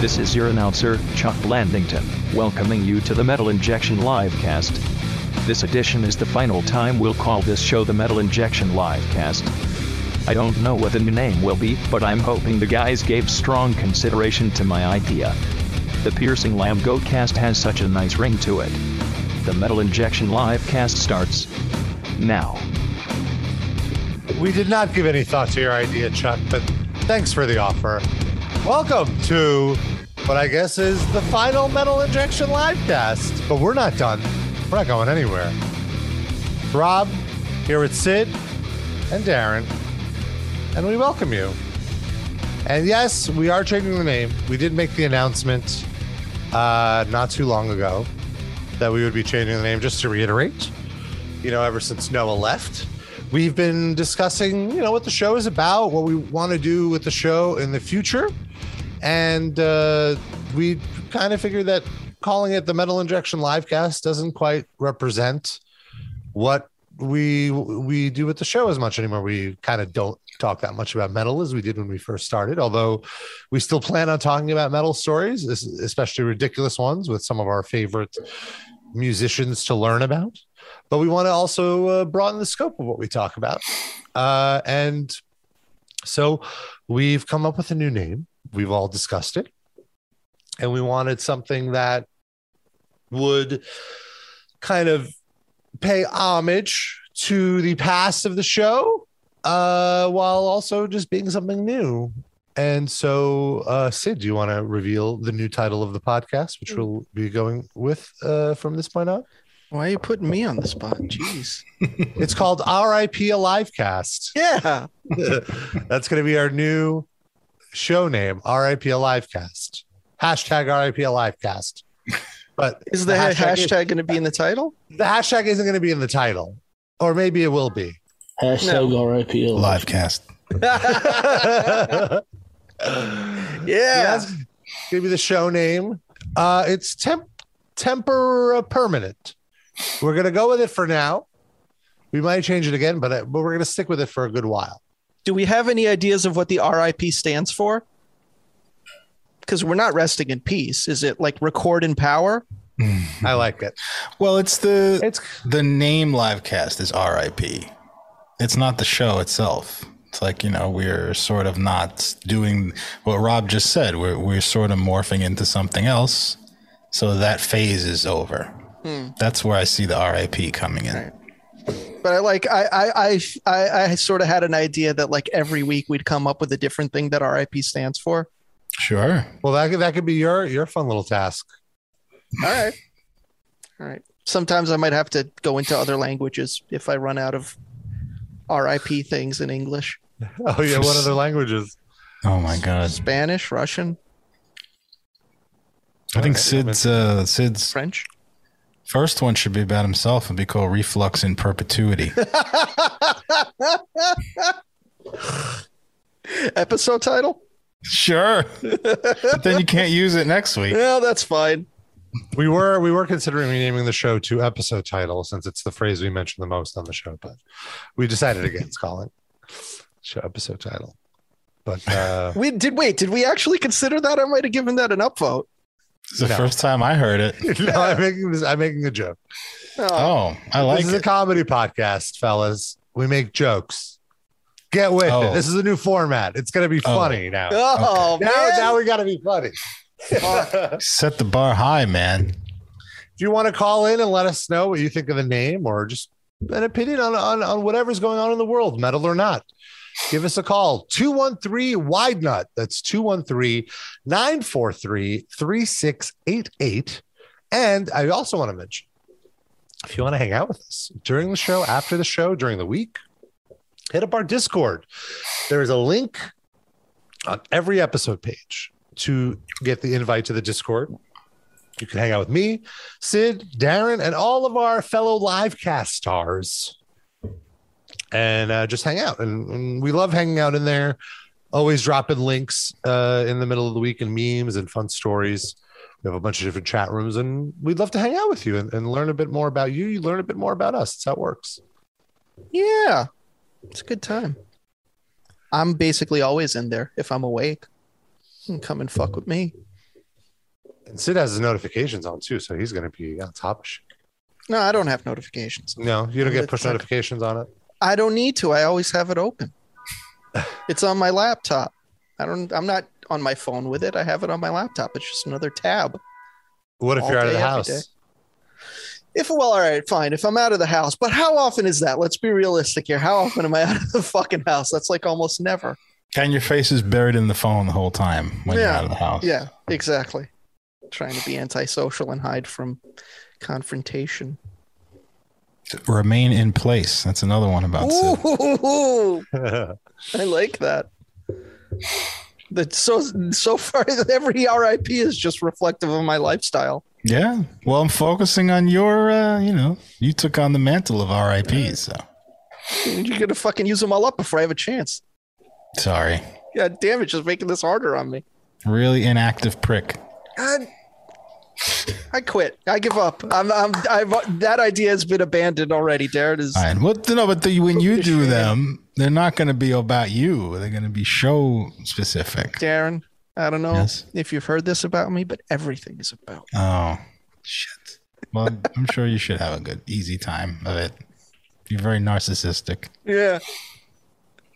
This is your announcer, Chuck Blandington, welcoming you to the Metal Injection Livecast. This edition is the final time we'll call this show the Metal Injection Livecast. I don't know what the new name will be, but I'm hoping the guys gave strong consideration to my idea. The Piercing Lamb Goat cast has such a nice ring to it. The Metal Injection Livecast starts now. We did not give any thought to your idea, Chuck, but thanks for the offer. Welcome to what I guess is the final Metal Injection live cast, but we're not done. We're not going anywhere. Rob, here with Sid and Darren, and we welcome you. And yes, we are changing the name. We did make the announcement uh, not too long ago that we would be changing the name. Just to reiterate, you know, ever since Noah left, we've been discussing, you know, what the show is about, what we want to do with the show in the future, and uh, we kind of figured that calling it the Metal Injection Livecast doesn't quite represent what we we do with the show as much anymore. We kind of don't talk that much about metal as we did when we first started. Although we still plan on talking about metal stories, es- especially ridiculous ones with some of our favorite musicians to learn about. But we want to also uh, broaden the scope of what we talk about, uh, and so we've come up with a new name. We've all discussed it, and we wanted something that would kind of pay homage to the past of the show uh, while also just being something new. And so, uh, Sid, do you want to reveal the new title of the podcast, which we'll be going with uh, from this point on? Why are you putting me on the spot? Jeez. It's called RIP Alivecast. Yeah. That's going to be our new show name, RIP Alivecast. Hashtag RIP Alivecast. But Is the hashtag, is- going to be in the title? the hashtag isn't going to be in the title, or maybe it will be. Hashtag RIP. live cast. yeah, Yeah. that's gonna be the show name. Uh, it's temp temper uh, permanent. We're gonna go with it for now. We might change it again, but uh, but we're gonna stick with it for a good while. Do we have any ideas of what the RIP stands for? Because we're not resting in peace. Is it like record in power? I like it. Well, it's the It's the name livecast is RIP. It's not the show itself. It's like you know we're sort of not doing what Rob just said. We're we're sort of morphing into something else. So that phase is over. That's where I see the RIP coming in. But I like I I I I, I sort of had an idea that like every week we'd come up with a different thing that RIP stands for. Sure. well that could, that could be your your fun little task. All right. All right. Sometimes I might have to go into other languages if I run out of RIP things in English. Oh yeah, what other languages? Oh my God. Spanish, Russian, I think Sid's uh, Sid's French. first one should be about himself and be called Reflux in Perpetuity. Episode title? sure. but then you can't use it next week. Yeah, that's fine. We were we were considering renaming the show to episode title since it's the phrase we mentioned the most on the show, but we decided against calling show episode title. But uh, We did wait, did we actually consider that? I might have given that an upvote. It's the No. first time I heard it. no, I'm making this, I'm making a joke. Oh, Oh, I like Uh, this is it. a comedy podcast, fellas. We make jokes. Get with it. Oh. This is a new format. It's gonna be Oh. funny now. oh Now, man. now we gotta be funny. if Set the bar high, man. you want to call in and let us know what you think of the name or just an opinion on, on, on whatever's going on in the world, metal or not, give us a call. 213 Wide Nut. That's 213 943 3688. And I also want to mention if you want to hang out with us during the show, after the show, during the week, hit up our Discord. There is a link on every episode page to get the invite to the Discord. You can hang out with me, Sid, Darren, and all of our fellow live cast stars and uh, just hang out. And, and we love hanging out in there, always dropping links uh, in the middle of the week and memes and fun stories. We have a bunch of different chat rooms, and we'd love to hang out with you and, and learn a bit more about you. You learn a bit more about us. That's how it works. yeah. It's a good time. I'm basically always in there if I'm awake. You can come and fuck with me. And Sid has his notifications on too, so he's going to be on top of shit. No, I don't have notifications. No, you don't get It's push like- notifications on it. I don't need to. I always have it open. it's on my laptop. I don't. I'm not on my phone with it. I have it on my laptop. It's just another tab. What if All you're out of day, the every house? day. If well, all right, fine. If I'm out of the house, but how often is that? Let's be realistic here. How often am I out of the fucking house? That's like almost never. And your face is buried in the phone the whole time when you're Yeah. out of the house. Yeah, exactly. Trying to be antisocial and hide from confrontation. Remain in place. That's another one about Sid. Ooh, I like that. That so so far every RIP is just reflective of my lifestyle. Yeah. Well, I'm focusing on your, uh, you know, you took on the mantle of RIP. So You're gonna fucking use them all up before I have a chance. sorry. God damn it, just making this harder on me. Really inactive prick. God. I quit. I give up. I'm, I'm, I've, that idea has been abandoned already. Darren is. All right. Well, no, but the, when you do Shame. them, they're not going to be about you. They're going to be show specific. Darren, I don't know Yes. if you've heard this about me, but everything is about. Oh, shit. Well, I'm sure you should have a good, easy time of it. You're very narcissistic. Yeah.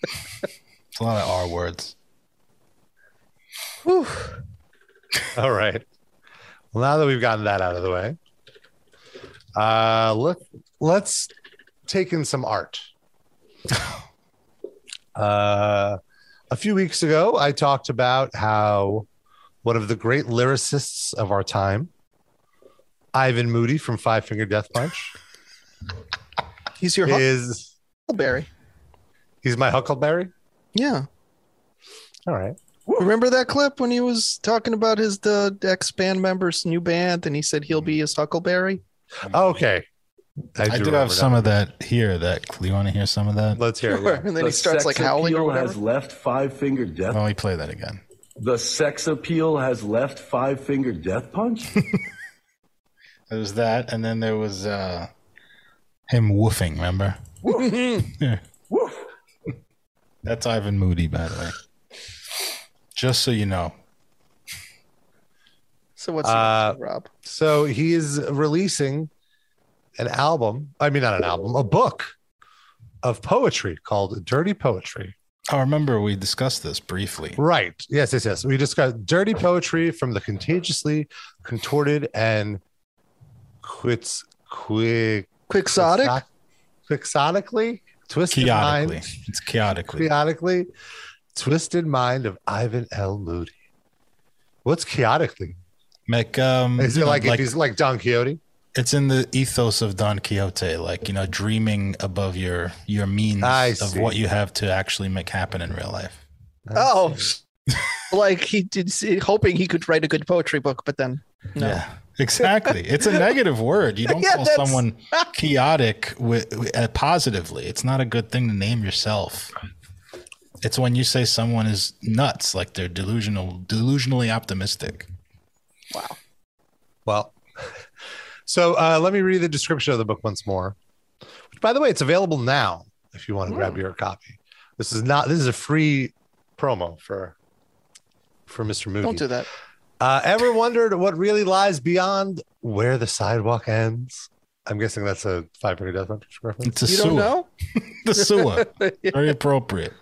It's a lot of R words. Whew. All right. Well, now that we've gotten that out of the way, uh, let let's take in some art. Uh, a few weeks ago, I talked about how one of the great lyricists of our time, Ivan Moody from Five Finger Death Punch, He's your is Huckleberry. he's my Huckleberry. Yeah. All right. Remember that clip when he was talking about his the ex band member's new band, and he said he'll be his Huckleberry. Okay. Mm-hmm. I do, remember have some now. of that here. That you want to hear some of that? Let's hear it. Sure. And then he The starts sex like howling or appeal whatever. has left five finger death. Oh. Let me play that again. The sex appeal has left five finger death punch. There was that, and then there was uh, him woofing. Remember? yeah. Woof. That's Ivan Moody, by the way. Just so you know, So what's Uh, next, Rob? So he is releasing an album. I mean, not an album, a book of poetry called Dirty Poetry. I remember we discussed this briefly. Right. Yes, yes, yes. We discussed Dirty Poetry from the contagiously contorted and quits quick Quixotic. quixotically twisted Chaotically, mind it's chaotically. chaotically twisted mind of Ivan L. Moody. What's chaotically? Like, um, Is you it know, like, if he's like Don Quixote? it's in the ethos of Don Quixote, like you know, dreaming above your your means I of see. what you have to actually make happen in real life. Oh, like he did, hoping he could write a good poetry book, but then no. Yeah, exactly. It's a negative word. You don't Yeah, call that's- someone chaotic with, uh, positively. It's not a good thing to name yourself. It's when you say someone is nuts, like they're delusional, delusionally optimistic. Wow. Well, so uh, let me read the description of the book once more. Which, by the way, it's available now if you want to Hmm. grab your copy. This is not. This is a free promo for for Mr. Moody. Don't do that. Uh, ever wondered what really lies beyond where the sidewalk ends? I'm guessing that's a Five Finger Death Punch reference. It's a You sewer. don't know? The sewer. Very appropriate.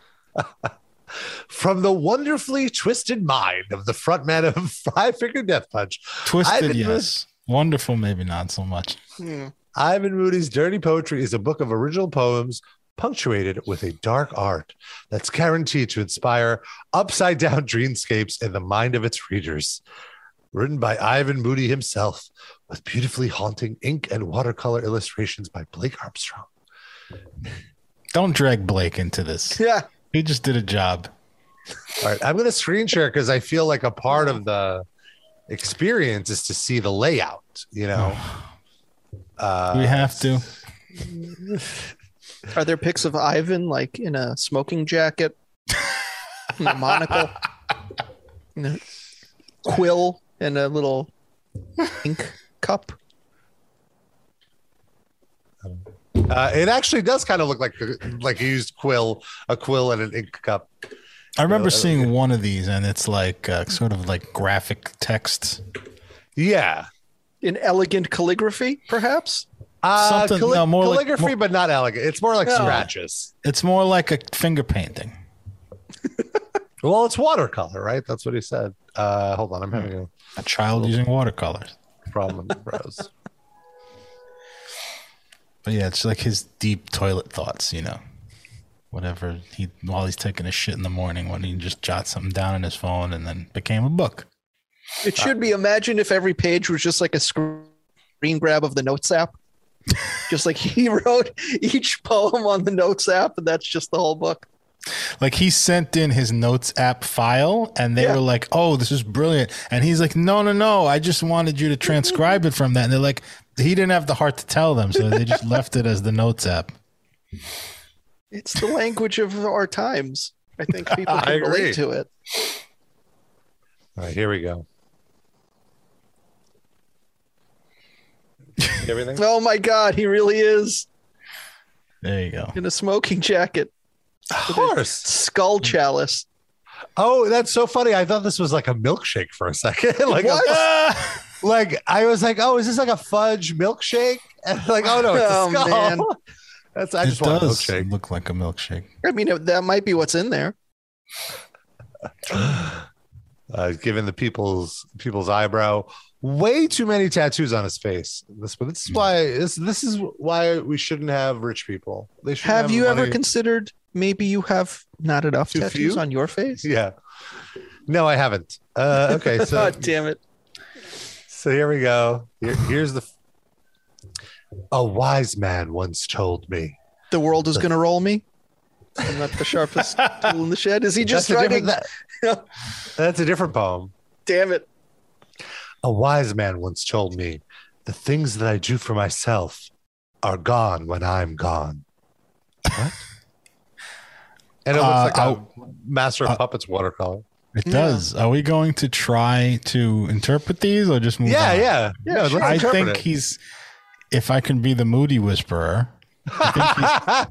From the wonderfully twisted mind of the frontman of Five Finger Death Punch, Twisted, been yes. with- Wonderful, maybe not so much. Hmm. Ivan Moody's Dirty Poetry is a book of original poems punctuated with a dark art that's guaranteed to inspire upside down dreamscapes in the mind of its readers. Written by Ivan Moody himself, with beautifully haunting ink and watercolor illustrations by Blake Armstrong. Don't drag Blake into this. Yeah. He just did a job. All right, I'm going to screen share because I feel like a part of the experience is to see the layout, you know? Uh, we have to. Are there pics of Ivan like in a smoking jacket, and a monocle, and a quill, and a little ink cup? uh, it actually does kind of look like like you used quill, a quill and an ink cup. I remember that'll seeing one of these, and it's like uh, sort of like graphic text, Yeah. in elegant calligraphy, perhaps. Uh, Something- calli- no, more like- calligraphy, more- but not elegant. It's more like Yeah. scratches. It's more like a finger painting. Well, it's watercolor, right? That's what he said. Uh, hold on, I'm having A child using watercolors. a problem with the bros. But yeah, it's like his deep toilet thoughts, you know. Whatever he while he's taking a shit in the morning when he just jots something down in his phone and then became a book. It should be. Imagine if every page was just like a screen grab of the notes app. just like he wrote each poem on the notes app, and that's just the whole book. Like he sent in his notes app file and they Yeah. were like, Oh, this is brilliant. And he's like, No, no, no. I just wanted you to transcribe it from that. And they're like, he didn't have the heart to tell them, so they just left it as the notes app. It's the language of our times. I think people I can agree. relate to it. All right, here we go. Everything? Oh my God, he really is There you go. in a smoking jacket, Of course. skull chalice. Oh, that's so funny. I thought this was like a milkshake for a second. like, a- Ah! like I was like, oh, is this like a fudge milkshake? And like, oh no, it's Oh, a skull. man. That's I it just want a does milkshake. look like a milkshake. I mean, that might be what's in there. uh, given the people's people's eyebrow. Way too many tattoos on his face. This, but this is why this this is why we shouldn't have rich people. They should Have you the ever money- considered maybe you have not enough Too tattoos few? on your face? yeah. No, I haven't. Uh, okay, so God damn it. so here we go. Here- here's the. A wise man once told me. The world is going to roll me. I'm not the sharpest tool in the shed. Is he just That's a writing? different- that- that's a different poem. Damn it. A wise man once told me, the things that I do for myself are gone when I'm gone. What? and it looks Uh, like a I'll- master of puppets watercolor. It does. Are we going to try to interpret these or just move Yeah, on? yeah. Yeah, No, sure. let's I interpret think it. he's. If I can be the moody whisperer,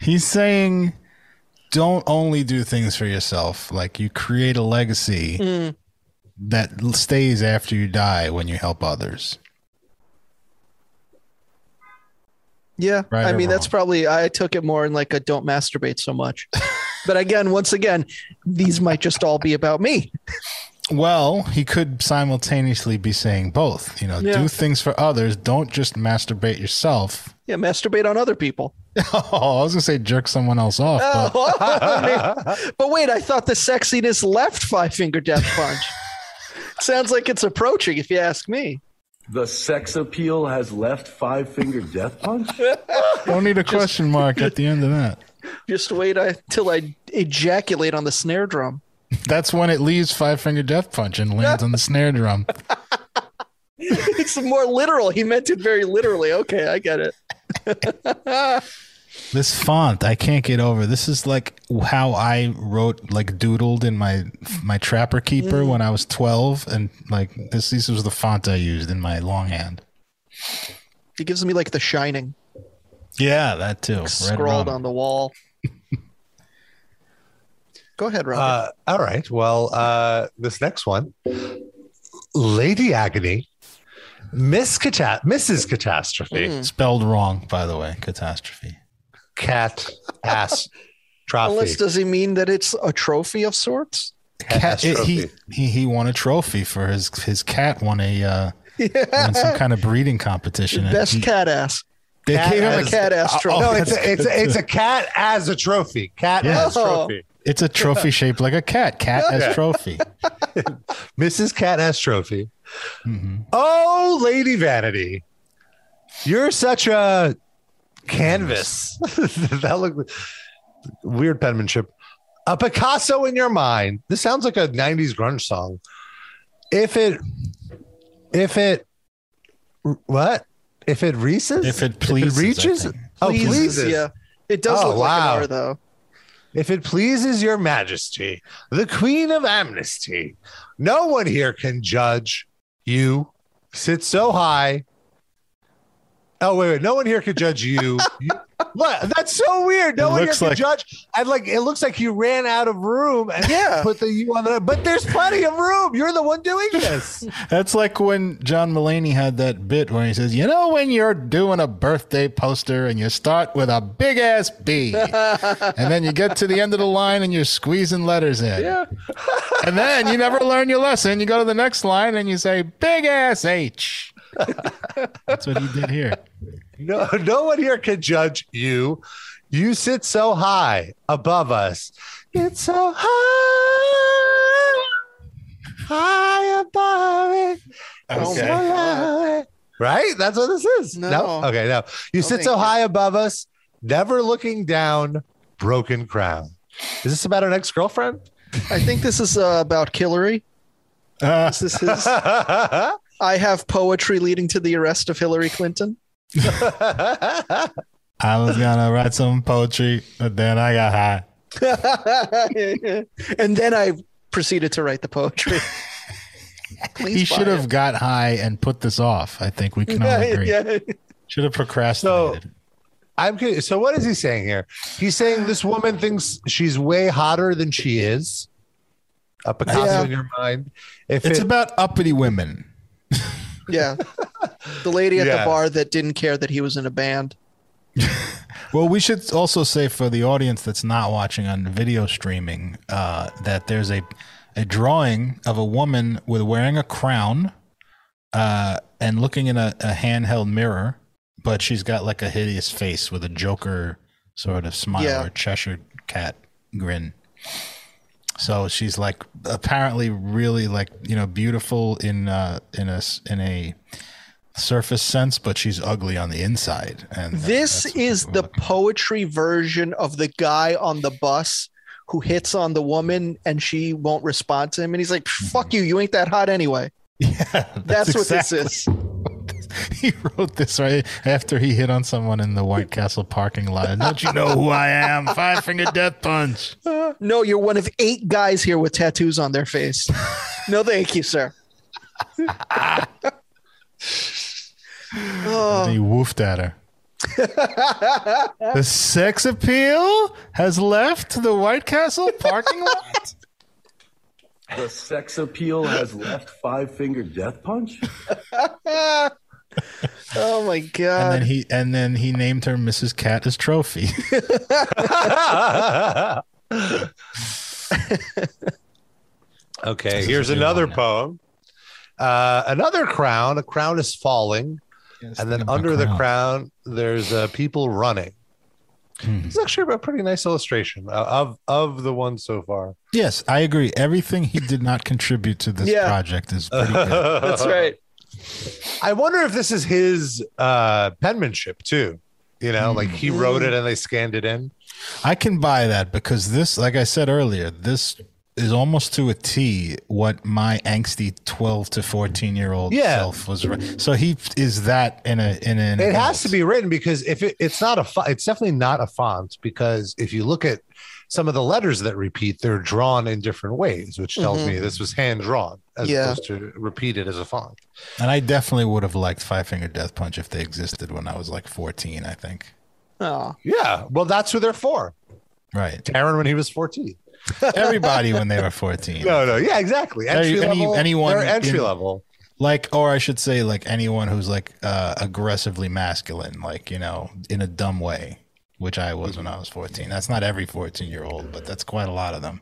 he's saying, "Don't only do things for yourself. Like you create a legacy that l- stays after you die when you help others." Yeah. Right I or mean, that's wrong? probably, I took it more in like a don't masturbate so much. but again, once again, these might just all be about me. Well, he could simultaneously be saying both. You know, Yeah. do things for others. Don't just masturbate yourself. Yeah. Masturbate on other people. Oh, I was gonna say jerk someone else off. but- Oh, wait. but wait, I thought the sexiness left Five Finger Death Punch. Sounds like it's approaching, if you ask me. The sex appeal has left Five Finger Death Punch? Don't need a question mark at the end of that. Just wait until I ejaculate on the snare drum. That's when it leaves Five Finger Death Punch and lands on the snare drum. It's more literal. He meant it very literally. Okay, I get it. This font, I can't get over. This is like how I wrote, like doodled in my my Trapper Keeper Mm. when I was twelve, and like this, this was the font I used in my longhand. He gives me like the shining Yeah, that too. Red scrawled rum. on the wall. Go ahead, Robert. Uh, all right. Well, uh, this next one, Lady Agony, Miss Cata- Mrs. Catastrophe, Mm. Spelled wrong, by the way. Catastrophe. Cat Ass Unless Trophy. does he mean that it's a trophy of sorts? Cat, it- he, Catastrophe. he he won a trophy for his his cat won a uh, won some kind of breeding competition. and Best he- cat ass. they cat gave him A a as- cat ass trophy. no, it's that's a, it's, a, it's a cat as a trophy. Cat Yeah. as Oh. trophy. It's a trophy shaped like a cat. Cat as trophy. Mrs. Cat S. Trophy. Mm-hmm. Oh, Lady Vanity, you're such a canvas. that looked weird penmanship. A Picasso in your mind. This sounds like a '90s grunge song. If it, if it, what? If it reaches? If it pleases, I reaches? think. Oh, Pleases, pleases. Yeah. It does Oh, look like wow. an R though. If it pleases your majesty, the queen of amnesty, no one here can judge. You sit so high Oh wait, wait. No one here could judge you. you look, that's so weird. No It one here looks could like- judge. I like. It looks like you ran out of room and Yeah. put the you on the. But there's plenty of room. You're the one doing this. That's like when John Mulaney had that bit when he says, "You know, when you're doing a birthday poster and you start with a big ass B, and then you get to the end of the line and you're squeezing letters in, and then you never learn your lesson. You go to the next line and you say big ass H." That's what he did here. No, no one here can judge you. You sit so high above us. It's so high, high above it. It's so Okay. low. Right? That's what this is. No. No. Okay, no. You No, sit thank so you. high above us, never looking down, broken crown. Is this about an ex girlfriend? I think this is uh, about Hillary. Uh, This is his. I have poetry leading to the arrest of Hillary Clinton. I was gonna write some poetry, but then I got high. and then I proceeded to write the poetry. Please He buy should have it. got high and put this off. I think we can all agree. yeah. Should have procrastinated. I'm curious. So, what is he saying here? He's saying this woman thinks she's way hotter than she is. A Picasso Yeah. in your mind. If it's it- about uppity women. Yeah. The lady at Yeah. the bar that didn't care that he was in a band. Well, we should also say for the audience that's not watching on video streaming uh, that there's a a drawing of a woman with wearing a crown uh, and looking in a, a handheld mirror, but she's got like a hideous face with a Joker sort of smile Yeah. or Cheshire cat grin. So she's like apparently really like you know beautiful in uh, in a s- in a surface sense, but she's ugly on the inside. And This is the poetry version of the guy on the bus who hits on the woman and she won't respond to him. And he's like, Mm-hmm. fuck you. You ain't that hot anyway. That's, what this is. he wrote this right after he hit on someone in the White Castle parking lot. Don't you know who I am? Five finger death punch. No, you're one of eight guys here with tattoos on their face. No, thank you, sir. And he woofed at her. the sex appeal has left the White Castle parking lot. The sex appeal has left Five Finger Death Punch? Oh my And then god. he and then he named her Mrs. Cat as trophy. okay, here's another poem. Uh, another crown. A crown is falling, and then under the crown, there's uh, people running. Hmm. It's actually a pretty nice illustration uh, of of the one so far. Yes, I agree. Everything he did not contribute to this Yeah. project is pretty good. That's right. I wonder if this is his uh, penmanship too. You know, like he wrote it and they scanned it in. I can buy that because this, like I said earlier, this is almost to a T what my angsty twelve to fourteen year old Yeah. self was. ri- So he is that in a in an. It adult. has to be written because if it, it's not a, fo- it's definitely not a font because if you look at some of the letters that repeat, they're drawn in different ways, which tells me this was hand drawn as Mm-hmm. Yeah. opposed to repeated as a font. And I definitely would have liked Five Finger Death Punch if they existed when I was like fourteen. I think. Oh. Yeah, well, that's who they're for. Right. Aaron when he was fourteen. Everybody when they were fourteen. No, no, yeah, exactly. Any- Entry any- level. anyone they're entry in- level. Like, or I should say, like anyone who's like uh, aggressively masculine, like you know, in a dumb way, which I was when I was fourteen. That's not every fourteen year old, but that's quite a lot of them.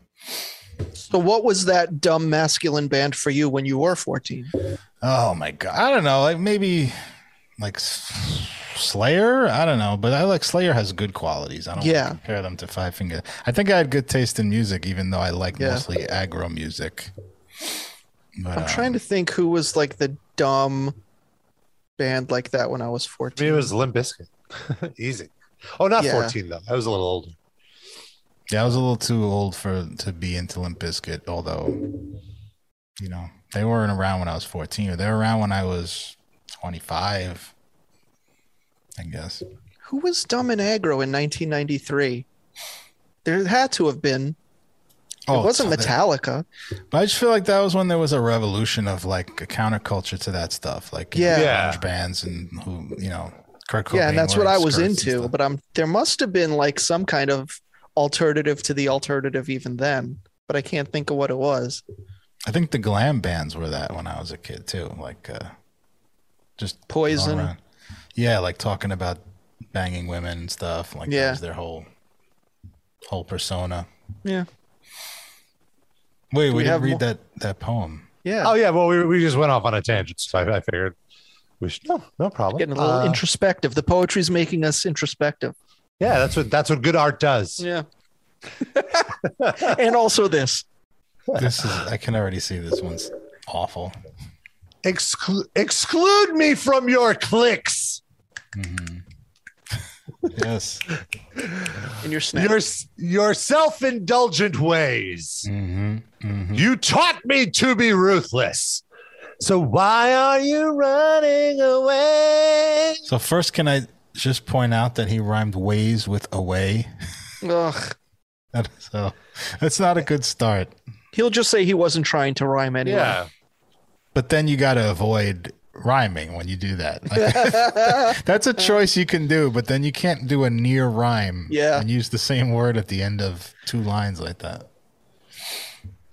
So what was that dumb masculine band for you when you were 14? Oh my god! I don't know. Like maybe like S- Slayer. I don't know, but I like Slayer has good qualities. I don't wanna Yeah. compare them to Five Finger. I think I had good taste in music, even though I like Yeah. mostly aggro music. But, uh, I'm trying to think who was like the dumb band like that when I was I mean, it 14. was Limp Bizkit. Easy. Oh, not Yeah. fourteen though. I was a little older. yeah, I was a little too old for to be into Limp Bizkit, although you know they weren't around when I was fourteen, or they were around when I was twenty-five. I guess. Who was dumb and aggro in 1993? There had to have been. it wasn't Oh, so they- Metallica. But I just feel like that was when there was a revolution of like a counterculture to that stuff, like you know, Yeah. Yeah. grunge bands and who you know Kurt yeah, Cobain and that's what I wearing was skirts and into. stuff. But I'm there must have been like some kind of alternative to the alternative even then, but I can't think of what it was. I think the glam bands were that when I was a kid too, like uh, just going Poison. around. Yeah, like talking about banging women and stuff. Like that Yeah. was their whole whole persona. Yeah, Wait, we, we didn't have read more- that that poem. yeah. Oh yeah, well we, we just went off on a tangent, so I, I figured we should no no problem. Getting a little Uh, introspective. The poetry's making us introspective. yeah, that's what that's what good art does. Yeah. and also this. This is I can already see this one's awful. Exclu- exclude me from your clicks. Yes. in your snap. Your s- your self-indulgent ways. Mm-hmm. hmm You taught me to be ruthless. So why are you running away? So first, can I just point out that he rhymed ways with away? Ugh. so that's not a good start. He'll just say he wasn't trying to rhyme anyway. But then you got to avoid rhyming when you do that. Like, that's a choice you can do, but then you can't do a near rhyme Yeah. and use the same word at the end of two lines like that.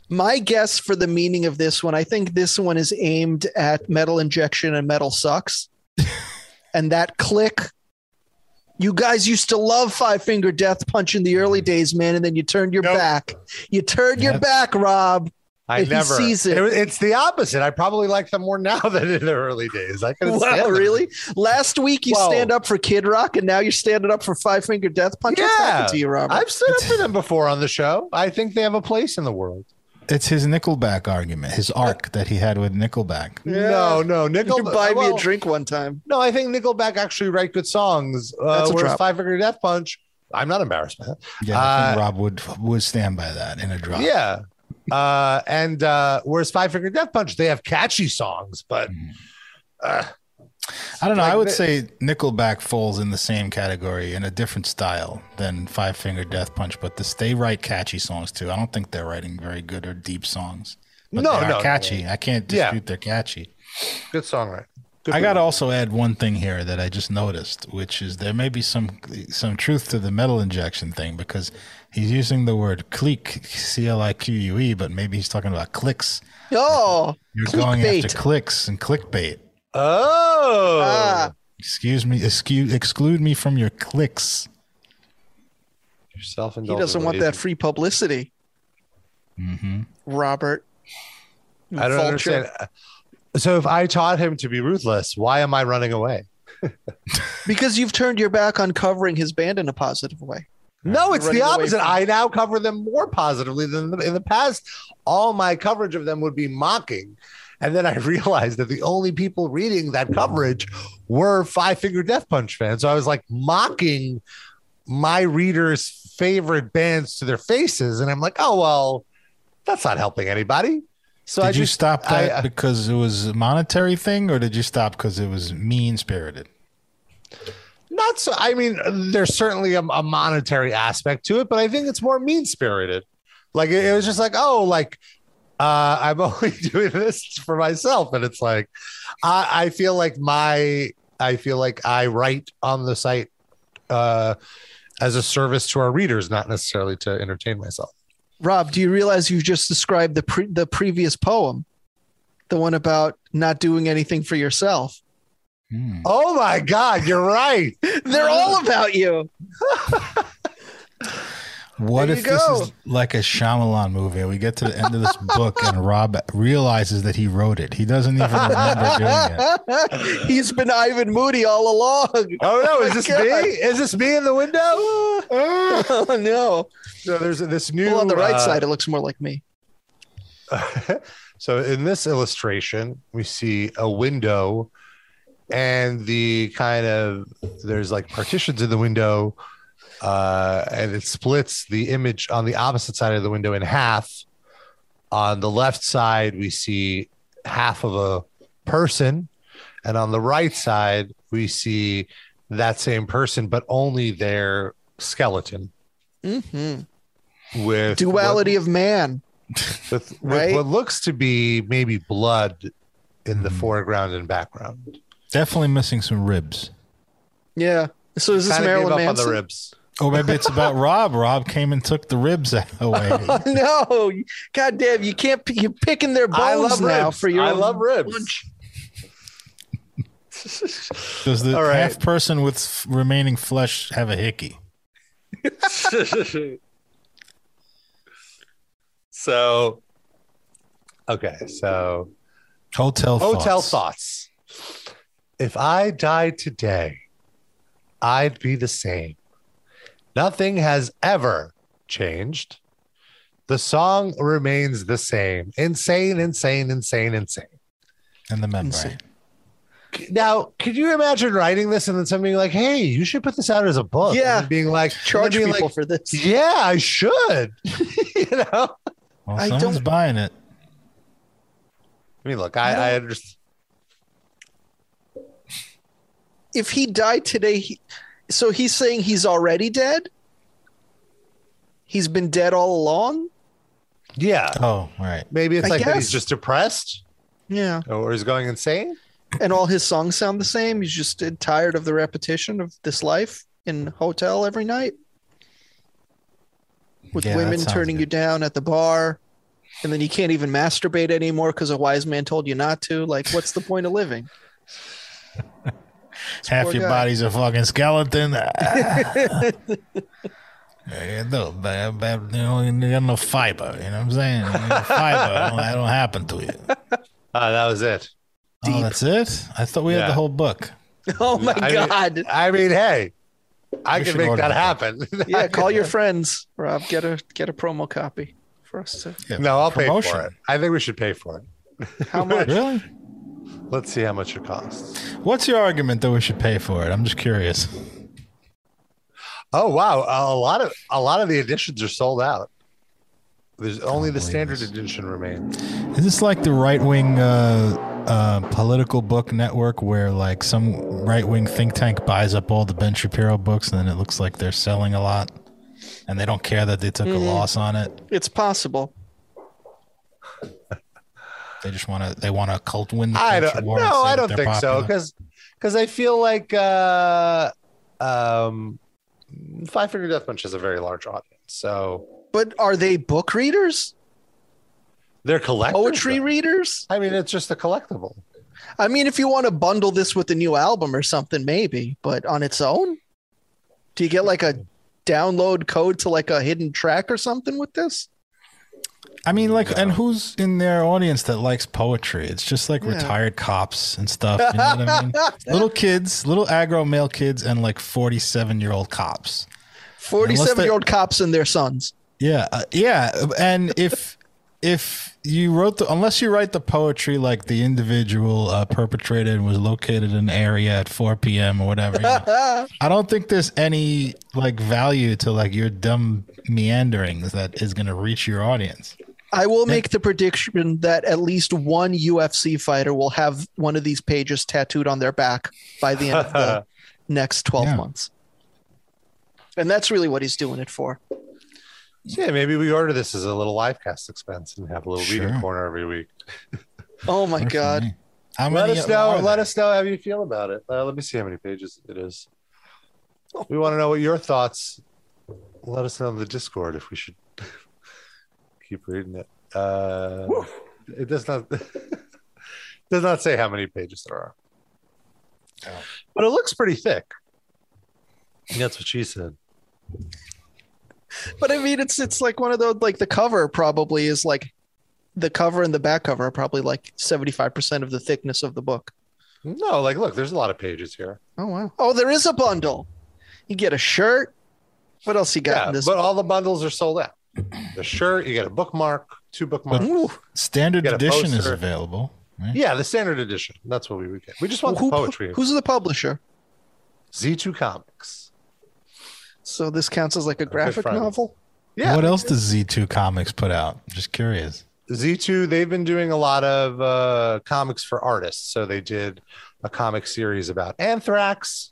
My guess for the meaning of this one, I think this one is aimed at metal injection and metal sucks. and that click. You guys used to love Five Finger Death Punch in the early days, man, and then you turned your Mm-hmm. Nope. back. You turned your Yep. back, Rob. I He never. sees it. It's the opposite. I probably like them more now than in the early days. I couldn't stand Wow, them. really? Last week you Whoa. stand up for Kid Rock, and now you're standing up for Five Finger Death Punch. What's Yeah. happened to you, Rob? I've stood up for them before on the show. I think they have a place in the world. It's his Nickelback argument, his arc that he had with Nickelback. No, no, You could Nickelback. buy me well, a drink one time. No, I think Nickelback actually write good songs. Uh, That's a whereas drop. Five Finger Death Punch, I'm not embarrassed by that. Yeah, I think Uh, Rob would would stand by that in a drop. Yeah. Uh, and uh, whereas Five Finger Death Punch, they have catchy songs, but uh, I don't know. I Like would the- say Nickelback falls in the same category in a different style than Five Finger Death Punch, but this, they write catchy songs too. I don't think they're writing very good or deep songs. But No, they are no, no. catchy. I can't Yeah. dispute they're catchy. good songwriting. Good I for got to them. also add one thing here that I just noticed, which is there may be some some truth to the metal injection thing because he's using the word clique, C L I Q U E, but maybe he's talking about clicks. Oh, You're going Clickbait. after clicks and clickbait. Oh. ah, Excuse me, excuse, exclude me from your clicks. Yourself he doesn't want that free publicity. Mm-hmm. Robert. you I don't vulture. understand. So if I taught him to be ruthless, why am I running away? Because you've turned your back on covering his band in a positive way. No, it's Running the away opposite. from- I now cover them more positively than the, in the past. All my coverage of them would be mocking. And then I realized that the only people reading that coverage were Five Finger Death Punch fans. So I was like mocking my readers' favorite bands to their faces. And I'm like, oh, well, that's not helping anybody. So Did I you just stop that I- I- because it was a monetary thing, or did you stop because it was mean spirited? Not so. I mean, there's certainly a, a monetary aspect to it, but I think it's more mean spirited. Like it, it was just like, oh, like uh, I'm only doing this for myself, and it's like I, I feel like my I feel like I write on the site uh, as a service to our readers, not necessarily to entertain myself. Rob, do you realize you just described the pre- the previous poem, the one about not doing anything for yourself? Oh my God, you're right. They're all about you. What There if you this go. is like a Shyamalan movie? and We get to the end of this book and Rob realizes that he wrote it. He doesn't even remember doing it. He's been Ivan Moody all along. Oh no, is this God. me? Is this me in the window? Oh no! so there's this new Well, on the right uh, side, it looks more like me. So in this illustration, we see a window and the kind of there's like partitions in the window uh, and it splits the image on the opposite side of the window in half. On the left side, we see half of a person, and on the right side, we see that same person, but only their skeleton hmm with Duality of man. with, with Right? what looks to be maybe blood in the foreground and background. Definitely missing some ribs. Yeah. So is this Kinda gave Marilyn up Manson? on the ribs. Or maybe it's about Rob. Rob came and took the ribs away. no, God damn, you can't. p- You're picking their bones I love now ribs. for your. I love ribs. lunch. Does the All right. half person with f- remaining flesh have a hickey? So, okay. So, Hotel thoughts. hotel thoughts. If I died today, I'd be the same. Nothing has ever changed. The song remains the same. Insane, insane, insane, insane. and the membrane. Insane. Now, could you imagine writing this and then somebody like, "Hey, you should put this out as a book." Yeah. and being like, Charge and then people being like, for this. Yeah, I should. you know. Well, I someone's don't- buying it. I mean, look, I, I understand. If he died today, he, so he's saying he's already dead. He's been dead all along. Yeah, Oh, right. maybe it's I like that he's guess. just depressed Yeah, or he's going insane. and all his songs sound the same. He's just uh, tired of the repetition of this life in hotel every night with Yeah, that women sounds turning good. you down at the bar, and then you can't even masturbate anymore because a wise man told you not to. Like, what's the point of living? Half poor your guy. body's a fucking skeleton. Ah. Yeah, no, but- but, you know, you got no fiber. You know what I'm saying? You know, fiber. I don't- that don't happen to you. Uh, that was it. Oh, that's it. I thought we had Yeah. the whole book. Oh my I mean- god! I mean, hey, I We can should make order that that. happen. yeah, call your friends, Rob. Get a get a promo copy for us to. Yeah, no, I'll pay promotion. for it. I think we should pay for it. How much? Really? Let's see how much it costs. What's your argument that we should pay for it? I'm just curious. Oh wow, a lot of a lot of the editions are sold out. There's only the believe standard this. edition remains. Is this like the right wing uh, uh, political book network where like some right wing think tank buys up all the Ben Shapiro books and then it looks like they're selling a lot and they don't care that they took Mm-hmm. a loss on it? It's possible. They just want to they want to cult win the I culture don't. war and No, say I that don't they're think so. popular. Because because I feel like uh, um, Five Finger Death Punch has a very large audience, so But are they book readers? Oh, they're collectors. Poetry though. readers? I mean, it's just a collectible. I mean, if you want to bundle this with a new album or something, maybe. But on its own, do you get like a download code to like a hidden track or something with this? I mean, like, and who's in their audience that likes poetry? It's just like Yeah. retired cops and stuff. You know what I mean? little kids, little aggro male kids, and like forty-seven year old cops. Forty-seven year old cops and their sons. Yeah, uh, yeah, and if if you wrote the unless you write the poetry like the individual uh, perpetrated was located in an area at 4 p.m. or whatever, you know, Ah, I don't think there's any like value to like your dumb meanderings that is going to reach your audience. I will make the prediction that at least one UFC fighter will have one of these pages tattooed on their back by the end of the next 12 Yeah. months. And that's really what he's doing it for. Yeah, maybe we order this as a little live cast expense and have a little reading Sure. corner every week. Oh my Works for God. me. How Let many us are know. Let there? us know how you feel about it. Uh, let me see how many pages it is. We want to know what your thoughts. Let us know in the Discord if we should keep reading it. Uh, it does not does not say how many pages there are, but it looks pretty thick. That's what she said. But I mean, it's it's like one of those, like the cover probably is like the cover and the back cover are probably like 75% of the thickness of the book. No, like, look, there's a lot of pages here. Oh, wow. Oh, there is a bundle. You get a shirt. What else you got Yeah, in this? but all the bundles are sold out. The shirt, you get a bookmark, two bookmarks. Ooh, Standard Get a edition is poster. available. Right? Yeah, the standard edition. That's what we would get. We just want who- the poetry. who's the publisher? Z2 Comics. So this counts as like a graphic Friday. novel. Yeah. What else does Z2 Comics put out? Just curious. Z2, they've been doing a lot of uh, comics for artists. So they did a comic series about anthrax.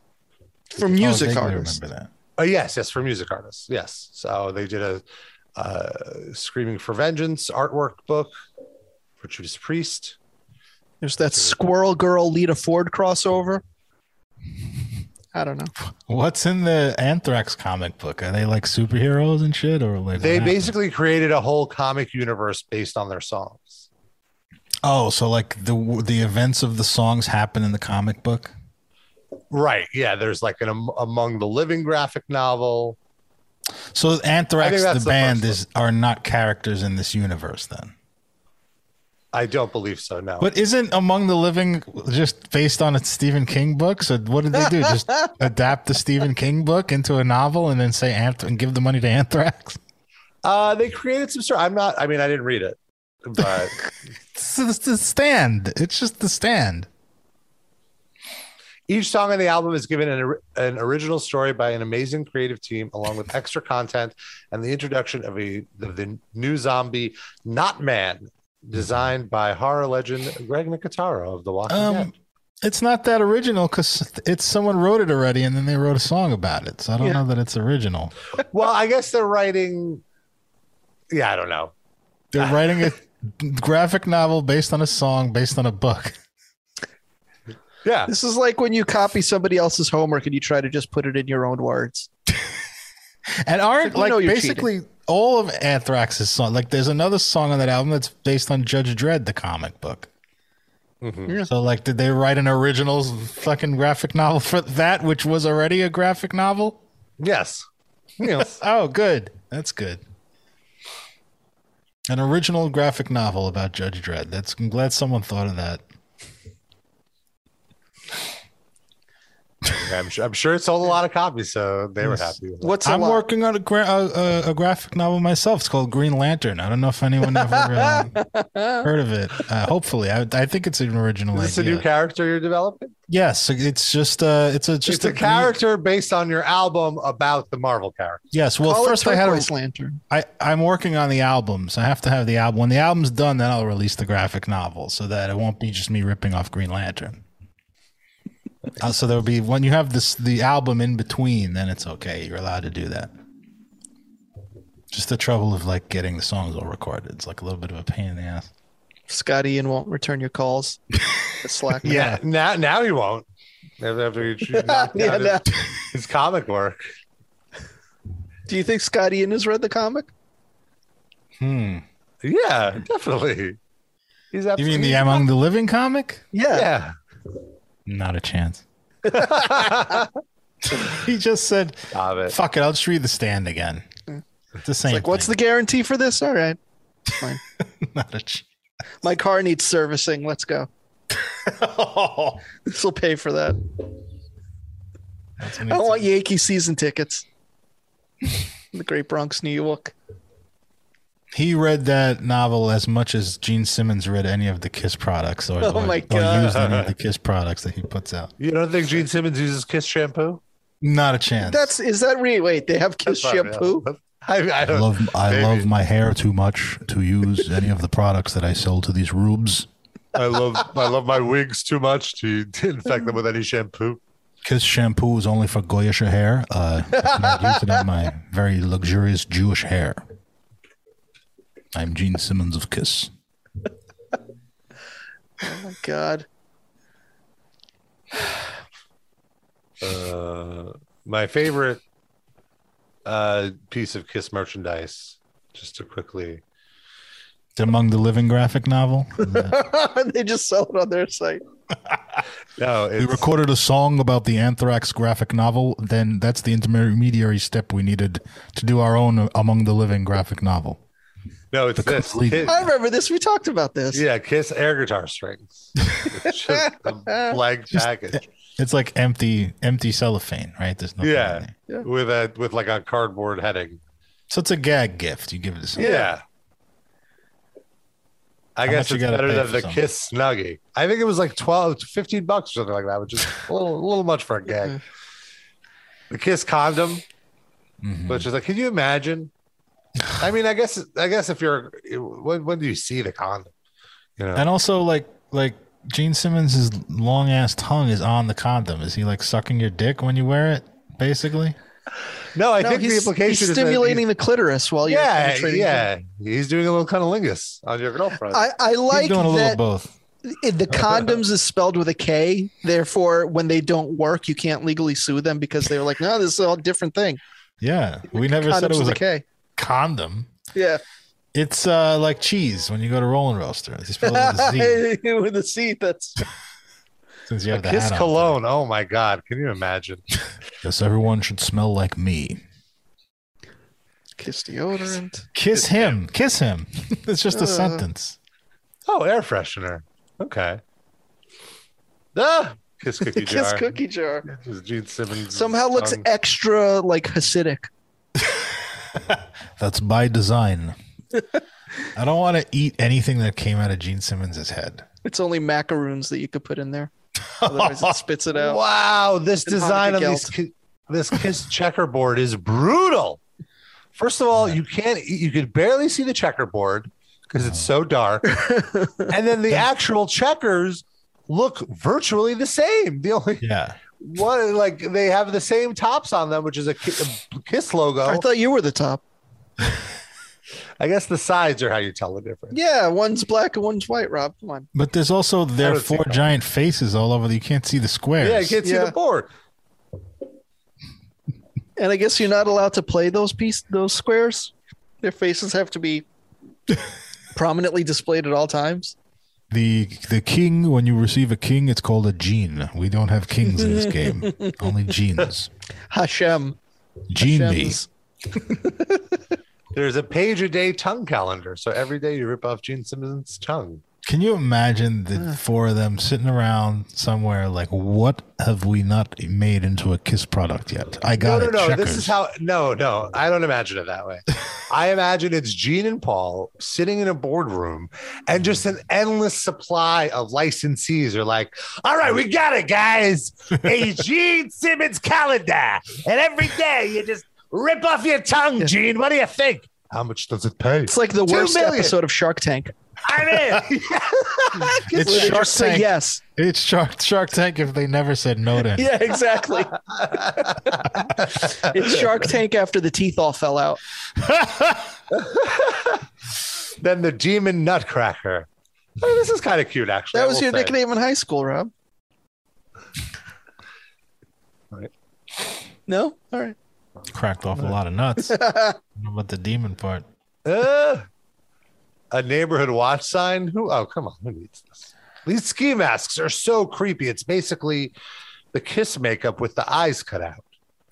for Oh, music vaguely artists. Remember that. Oh, yes, yes, for music artists. Yes. So they did a uh, Screaming for Vengeance artwork book for Judas Priest. There's that Squirrel Girl Lita Ford crossover. I don't know. What's in the Anthrax comic book? Are they like superheroes and shit, or like They Ah. what happened? basically created a whole comic universe based on their songs. Oh, so like the the events of the songs happen in the comic book. Right. Yeah. There's like an Am- Among the Living graphic novel. So I Anthrax, think the, that's the band, first is are not characters in this universe then. I don't believe so. No. But isn't Among the Living just based on a Stephen King book? So what did they do? Just adapt the Stephen King book into a novel and then say Anth- and give the money to Anthrax? Uh, they created some sort. I'm not. I mean, I didn't read it, but It's, it's the stand. It's just the stand. each song on the album is given an, or- an original story by an amazing creative team, along with extra content and the introduction of a of the new zombie, Not Man, designed by horror legend Greg Nicotero of The Walking Dead. Um, it's not that original because it's someone wrote it already and then they wrote a song about it. So I don't Yeah. know that it's original. Well, I guess they're writing. Yeah, I don't know. Ah. They're writing a graphic novel based on a song based on a book. Yeah, This is like when you copy somebody else's homework and you try to just put it in your own words. And aren't you like know you're basically all of Anthrax's song. Like there's another song on that album that's based on Judge Dredd, the comic book. Mm-hmm. So like, did they write an original fucking graphic novel for that, which was already a graphic novel? yes, yes. Oh, good. That's good. An original graphic novel about Judge Dredd. That's I'm glad someone thought of that. I'm sure. I'm sure it sold a lot of copies, so they were happy. With it. What's a I'm lot? working on a, gra- a, a, a graphic novel myself. It's called Green Lantern. I don't know if anyone ever uh, heard of it. Uh, hopefully, I, I think it's an original Is this a idea. new character you're developing? Yes, it's just uh it's a it's just a character based on your album about the Marvel character. Yes, well Call it first I had Turquoise a, lantern. I I'm working on the albums. I have to have the album. When the album's done, then I'll release the graphic novel so that it won't be just me ripping off Green Lantern. Uh, so there'll be when you have this the album in between, then it's okay. You're allowed to do that. Just the trouble of like getting the songs all recorded. It's like a little bit of a pain in the ass. Scotty and won't return your calls. The Slack. Yeah. Now, now he won't. After you you knocked Yeah, out no. his, his comic work. Do you think Scotty and has read the comic? Hmm. Yeah, definitely. He's You absolutely mean the Among the Living comic? Yeah. yeah. Not a chance. he just said Stop it. Fuck it, I'll just read the stand again. It's the same. Like, what's the guarantee for this? All right. Fine. Not a ch- My car needs servicing. Let's go. This will pay for that. That's an I don't want easy- Yankee season tickets. the Great Bronx, New York. He read that novel as much as Gene Simmons read any of the Kiss products, or, Oh or- my or God. used any of the Kiss products that he puts out. You don't think Gene Simmons uses Kiss shampoo? Not a chance. That's is that really? Wait, they have Kiss That's not shampoo. real. I, I I don't. love I maybe. love my hair too much to use any of the products that I sell to these rubes. I love. I love my wigs too much to infect them with any shampoo. Kiss shampoo is only for Goyish hair. Uh, it's not used on my very luxurious Jewish hair. I'm Gene Simmons of Kiss. Oh my God. Uh, my favorite uh, piece of Kiss merchandise. Just to quickly. Among the Living graphic novel. they just sell it on their site. No, it's, we recorded a song about the Anthrax graphic novel. Then that's the intermediary step we needed to do our own Among the Living graphic novel. no, it's the this. complete- Kiss- I remember this. We talked about this. Yeah, Kiss air guitar strings. It's just a blank package. It's like empty, empty cellophane, right? There's nothing. in Yeah. there. Yeah. With a with like a cardboard heading. So it's a gag gift. You give it to someone. Yeah. I How guess much you it's gotta better pay than for the something? Kiss Snuggie. I think it was like 12 to 15 bucks or something like that, which is a little, a little much for a Mm-hmm. gag. The Kiss condom, Mm-hmm. which is like, can you imagine? I mean, I guess, I guess if you're, when, when do you see the condom? You know, And also, like, like Gene Simmons' long ass tongue is on the condom. Is he like sucking your dick when you wear it? Basically, no, I No, think the he's, implication he's is that stimulating the clitoris while he's- you're yeah, penetrating. yeah, he's doing a little cunnilingus on your girlfriend. I, I like he's doing a little that of both. it- the condoms is spelled with a K. Therefore, when they don't work, you can't legally sue them because they were like, no, this is all different thing. Yeah, we never said Condoms it was with a a K. condom. Yeah. It's uh, like cheese when you go to Rollin' Roaster. They spell it with a Z with a C, that's since you have the Kiss hat on. cologne. Oh my God. Can you imagine? Yes, everyone should smell like me. kiss deodorant. Kiss him. Kiss him. It's Uh. just a sentence. Oh, air freshener. Okay. Ah, kiss cookie e- jar. Kiss cookie jar. It was Gene Simmons. Somehow looks Um, tongue. extra like Hasidic. That's by design. I don't want to eat anything that came out of Gene Simmons' head. It's only macaroons that you could put in there. Otherwise, it spits it out. Wow, this And design Hanukkah on these, ki- this kiss checkerboard is brutal. First of all, you can't you could barely see the checkerboard because it's so dark. and then the actual checkers look virtually the same. The only Yeah. one like they have the same tops on them, which is a, ki- a kiss logo. I I, thought you were the top. guess the sides are how you tell the difference. Yeah, one's black and one's white, Rob. Come on. But there's also there I are don't see four that. giant faces all over. The, you can't see the squares. Yeah, you can't see Yeah. the board. And I guess you're not allowed to play those piece those squares. Their faces have to be prominently displayed at all times. the the king. When you receive a king, it's called a gene. We don't have kings in this game. Only genes. Hashem. Gene me. Hashem's. There's a page a day tongue calendar, so every day you rip off Gene Simmons' tongue. Can you imagine the four of them sitting around somewhere? Like, what have we not made into a kiss product yet? I No, got no, it. no. This Checkers. is how. No, no. I don't imagine it that way. I imagine it's Gene and Paul sitting in a boardroom, and just an endless supply of licensees are like, "All right, we got it, guys. A Gene Simmons calendar, and every day you just rip off your tongue, Gene. What do you think? How much does it pay? It's like the Two worst million. episode of Shark Tank. I'm in. It's Where they Shark just say Tank. yes. It's Shark Shark Tank. If they never said no to anything. Yeah, exactly. it's Shark Tank after the teeth all fell out. then the Demon Nutcracker. Oh, this is kind of cute, actually. I That was will your say. nickname in high school, Rob. Right. No? All right. cracked off a lot of nuts. I don't know about the demon part. Uh, a neighborhood watch sign. Who? Oh, come on. Who needs this? These ski masks are so creepy. It's basically the kiss makeup with the eyes cut out.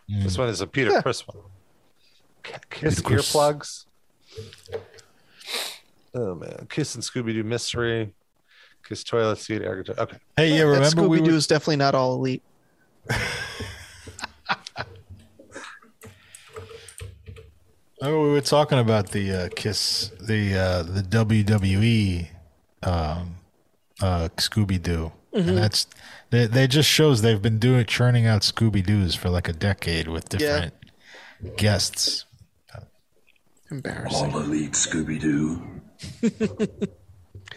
This one is a Peter Yeah. Chris one. K- Kiss Peter Criss. earplugs. Oh man, Kiss and Scooby Doo mystery. Kiss toilet seat. Air guitar. Okay. Hey, yeah, That remember Scooby we Doo were, is definitely not all elite. remember we were talking about the uh, kiss, the uh, the WWE um, uh, Scooby Doo, Mm-hmm. and that's they, they just shows they've been doing churning out Scooby Doo's for like a decade with different guests. Embarrassing. All elite Scooby Doo. Oh.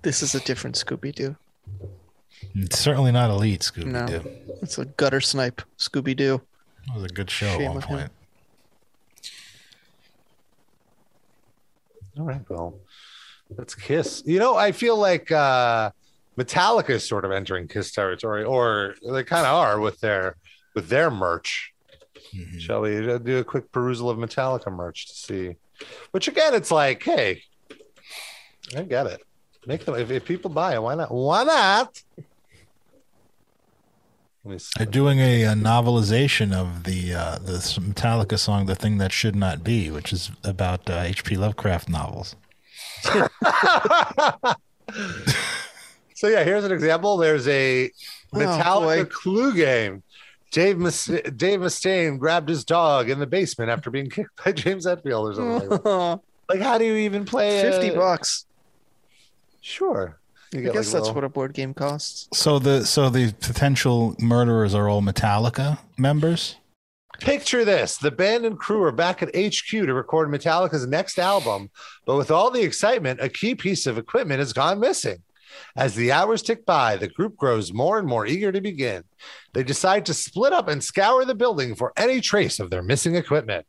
This is a different Scooby Doo. It's certainly not elite No. Scooby Doo. It's a gutter snipe Scooby Doo. That was a good show Shame at one on him. point. All right. Well, let's kiss. You know, I feel like uh Metallica is sort of entering Kiss territory, or they kind of are with their with their merch. Shall we uh, do a quick perusal of Metallica merch to see? Which again, it's like, hey, I get it. Make them if, if people buy it, why not? Why not? Let me see. They're doing a, uh novelization of the uh, the Metallica song "The Thing That Should Not Be," which is about uh, H.P. Lovecraft novels. So yeah, here's an example. There's a Oh, Metallica boy. clue game. Dave Mus- Dave Mustaine grabbed his dog in the basement after being kicked by James Hetfield or something. like that. Fifty Like, how do you even play? a- bucks. Sure. uh, You I get, guess like, that's little- what a board game costs. So the so the potential murderers are all Metallica members. Picture this: the band and crew are back at HQ to record Metallica's next album, but with all the excitement, a key piece of equipment has gone missing. As the hours tick by, the group grows more and more eager to begin. They decide to split up and scour the building for any trace of their missing equipment.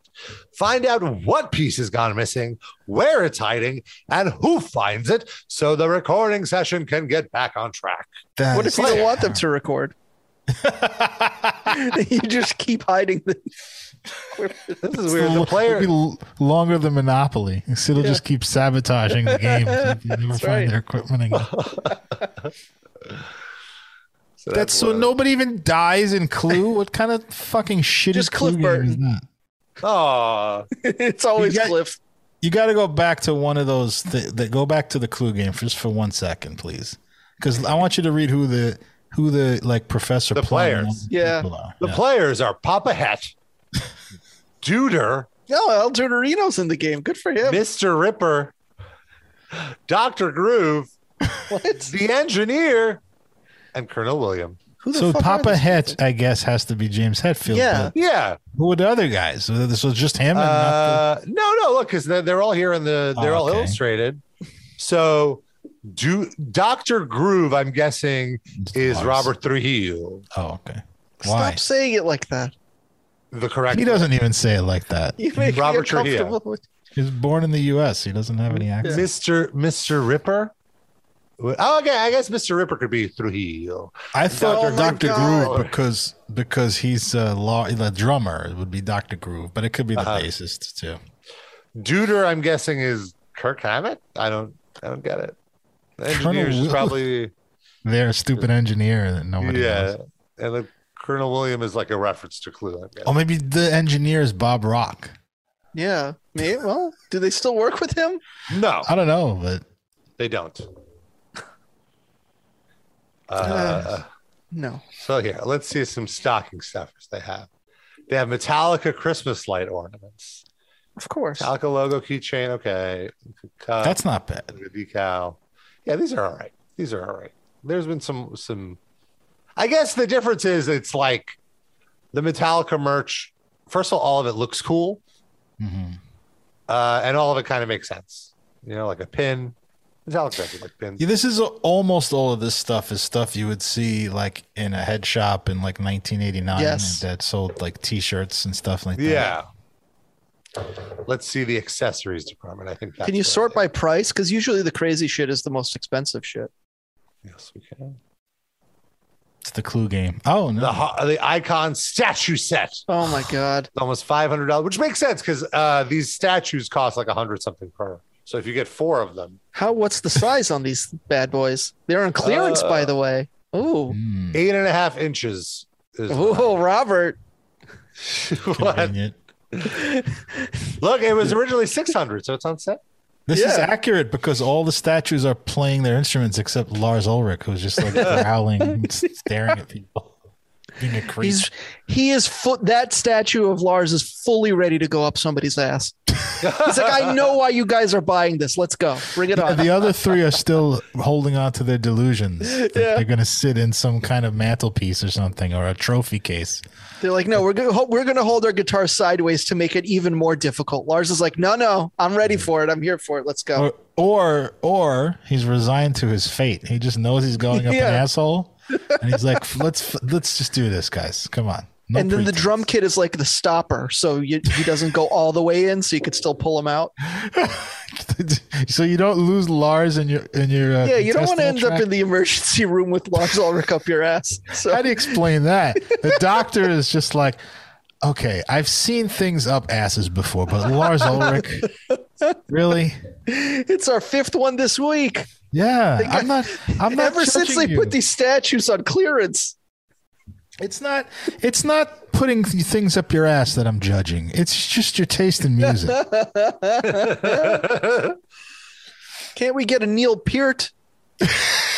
Find out what piece has gone missing, where it's hiding, and who finds it so the recording session can get back on track. That What is if you don't fair. want them to record? you just keep hiding the. This is It's weird. l- The player. it'll be l- longer than Monopoly. So it'll just keep sabotaging the game. so they never find right. their equipment again. So That's so what- nobody even dies in Clue. What kind of fucking shitty Just Clue Cliff game Burton. is that? Aw. it's always You got- Cliff. You got to go back to one of those. Th- that go back to the Clue game just for one second, please, because I want you to read who the who the like Professor The Plum and players. all the Yeah. people are. The Yeah. players are Papa Het, Duder, No, El Tortorino's in the game. Good for him. Mr. Ripper, Dr. Groove, What? the engineer, and Colonel William. Who the So fuck are Papa these Hetch, people? I guess, has to be James Hetfield. Yeah. but Yeah. Who were the other guys? So this was just him. And not Uh, no, no, look, because they're, they're all here in the, they're Oh, all okay. illustrated. So, do, Dr. Groove, I'm guessing, the- is Lars. Robert Trujillo, Oh, okay. Why? Stop saying it like that. the correct He doesn't even say it like that. You make Robert me Trujillo. uncomfortable. with- He was born in the U.S. He doesn't have any accent. Mr. Mr. Ripper. Oh, okay. I guess Mr. Ripper could be Trujillo. I thought my Doctor God. Groove because because he's a law the drummer it would be Doctor Groove, but it could be Uh-huh. the bassist too. Duder, I'm guessing, is Kirk Hammett. I don't. I don't get it. The engineers is Will- probably They're a stupid engineer that nobody yeah, knows. and the Colonel William is like a reference to Clue. I'm Or guessing. maybe the engineer is Bob Rock. Yeah. Me? Well, do they still work with him? Oh, No, I don't know, but they don't. Uh, No. so here, let's see some stocking stuffers they have. They have Metallica Christmas light ornaments, Of course. Metallica logo keychain. Okay, Cup. that's not bad. the decal. Yeah, these are all right. These are all right. There's been some some. I guess the difference is it's like the Metallica merch. First of all, all of it looks cool, Mm-hmm. Mhm. uh, and all of it kind of makes sense. You know, like a pin. Metallica doesn't like pins. Yeah, this is a, almost all of this stuff is stuff you would see like in a head shop in like 1989 Yes. that sold like T-shirts and stuff like that. Yeah. Let's see the accessories department. I think. That's Can you where sort they- by price? Because usually the crazy shit is the most expensive shit. Yes, we can. it's the Clue game. Oh no, Ah, The ho- the icon statue set. Oh my god. almost five hundred dollars, which makes sense because uh, these statues cost like a hundred something per. So if you get four of them, How? What's the size on these bad boys? They're on clearance, by Uh, mm. the way. Ooh. Hmm, eight and a half inches. Is Oh, Robert. what? convenient. Look, it was originally six hundred, so it's on set. This is Yeah. accurate because all the statues are playing their instruments except Lars Ulrich, who's just like growling, and staring at people, being a creep. He's he is fu- that statue of Lars is fully ready to go up somebody's ass. He's like, I know why you guys are buying this. Let's go. Bring it Yeah, on. the other three are still holding on to their delusions. that Yeah. They're going to sit in some kind of mantelpiece or something or a trophy case. They're like, no, we're gonna ho- we're gonna hold our guitar sideways to make it even more difficult. Lars is like, no, no, I'm ready for it. I'm here for it. Let's go. Or, or, or he's resigned to his fate. He just knows he's going up Yeah. an asshole, and he's like, "Let's let's just do this, guys. Come on." No and then the pretense. drum kit is like the stopper, so you, he doesn't go all the way in, so you could still pull him out. so you don't lose Lars in your in your uh, Yeah, you don't want to intestinal end up tract? in the emergency room with Lars Ulrich up your ass. So How do you explain that? The doctor is just like, okay, I've seen things up asses before, but Lars Ulrich, really? it's our fifth one this week. Yeah, I'm not. I'm not. Ever since they judging you. put these statues on clearance, it's not. It's not putting th- things up your ass that I'm judging. It's just your taste in music. can't we get a Neil Peart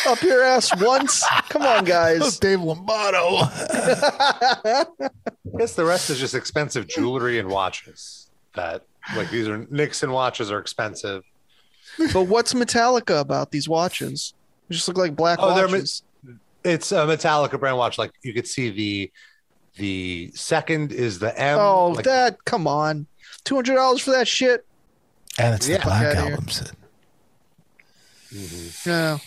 up your ass once? Come on, Oh, guys. Dave Lombardo. I guess the rest is just expensive jewelry and watches. That like these are Nixon watches are expensive. But what's Metallica about these watches? They just look like black Oh, they're watches. It's a Metallica brand watch. Like you could see the the second is the M. oh, um, like, that come on, two hundred dollars for that shit. And it's Yeah, the Black outta here. Album. Sid. No,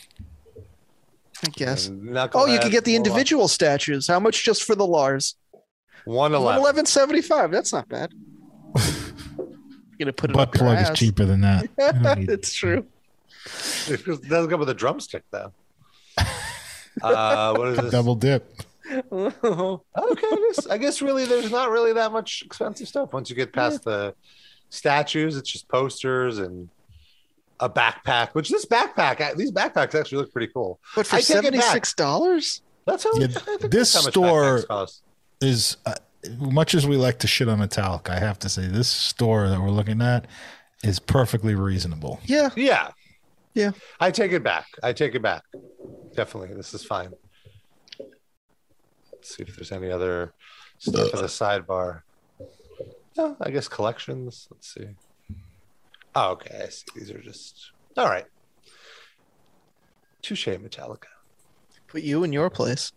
I guess. Knucklehead, Oh, you could get the blah, blah. individual statues. How much just for the Lars? 111. Eleven seventy five. That's not bad. You're gonna put it Butt up your plug ass. is cheaper than that. You don't need- it's true. It doesn't come with a drumstick, though. uh, what is this? Double dip. Okay, I guess, I guess really there's not really that much expensive stuff. Once you get past the statues, it's just posters and a backpack, which this backpack, these backpacks actually look pretty cool. But I for take it seventy back. six dollars? That's how Yeah, I think that's this how much store- backpacks cost. Is uh, much as we like to shit on Metallic, I have to say this store that we're looking at is perfectly reasonable. Yeah. Yeah. Yeah. I take it back. I take it back. Definitely. This is fine. Let's see if there's any other stuff in the sidebar. No, I guess collections. Let's see. Oh, okay. I see. These are just all right. Touche Metallica. Put you in your place.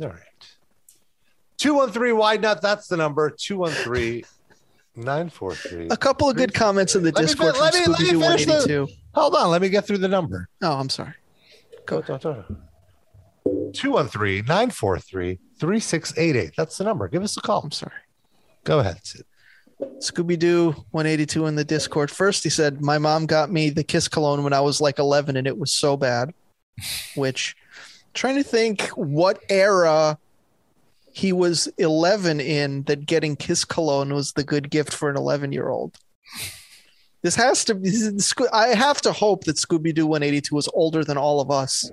All right. 213 why not? That's the number. 213 943. A couple of good comments in the Let me Discord fin- let me- from let me Scooby Doo one finish the- eighty two. Hold on. Let me get through the number. Oh, I'm sorry. Go, go, go. 213 943 3688. That's the number. Give us a call. I'm sorry. Go ahead. Sid. Scooby Doo 182 in the Discord. First, he said, My mom got me the Kiss cologne when I was like 11 and it was so bad. Which, trying to think what era he was 11 in that getting Kiss cologne was the good gift for an 11 year old. This has to be, this is- Sco- I have to hope that Scooby Doo 182 was older than all of us.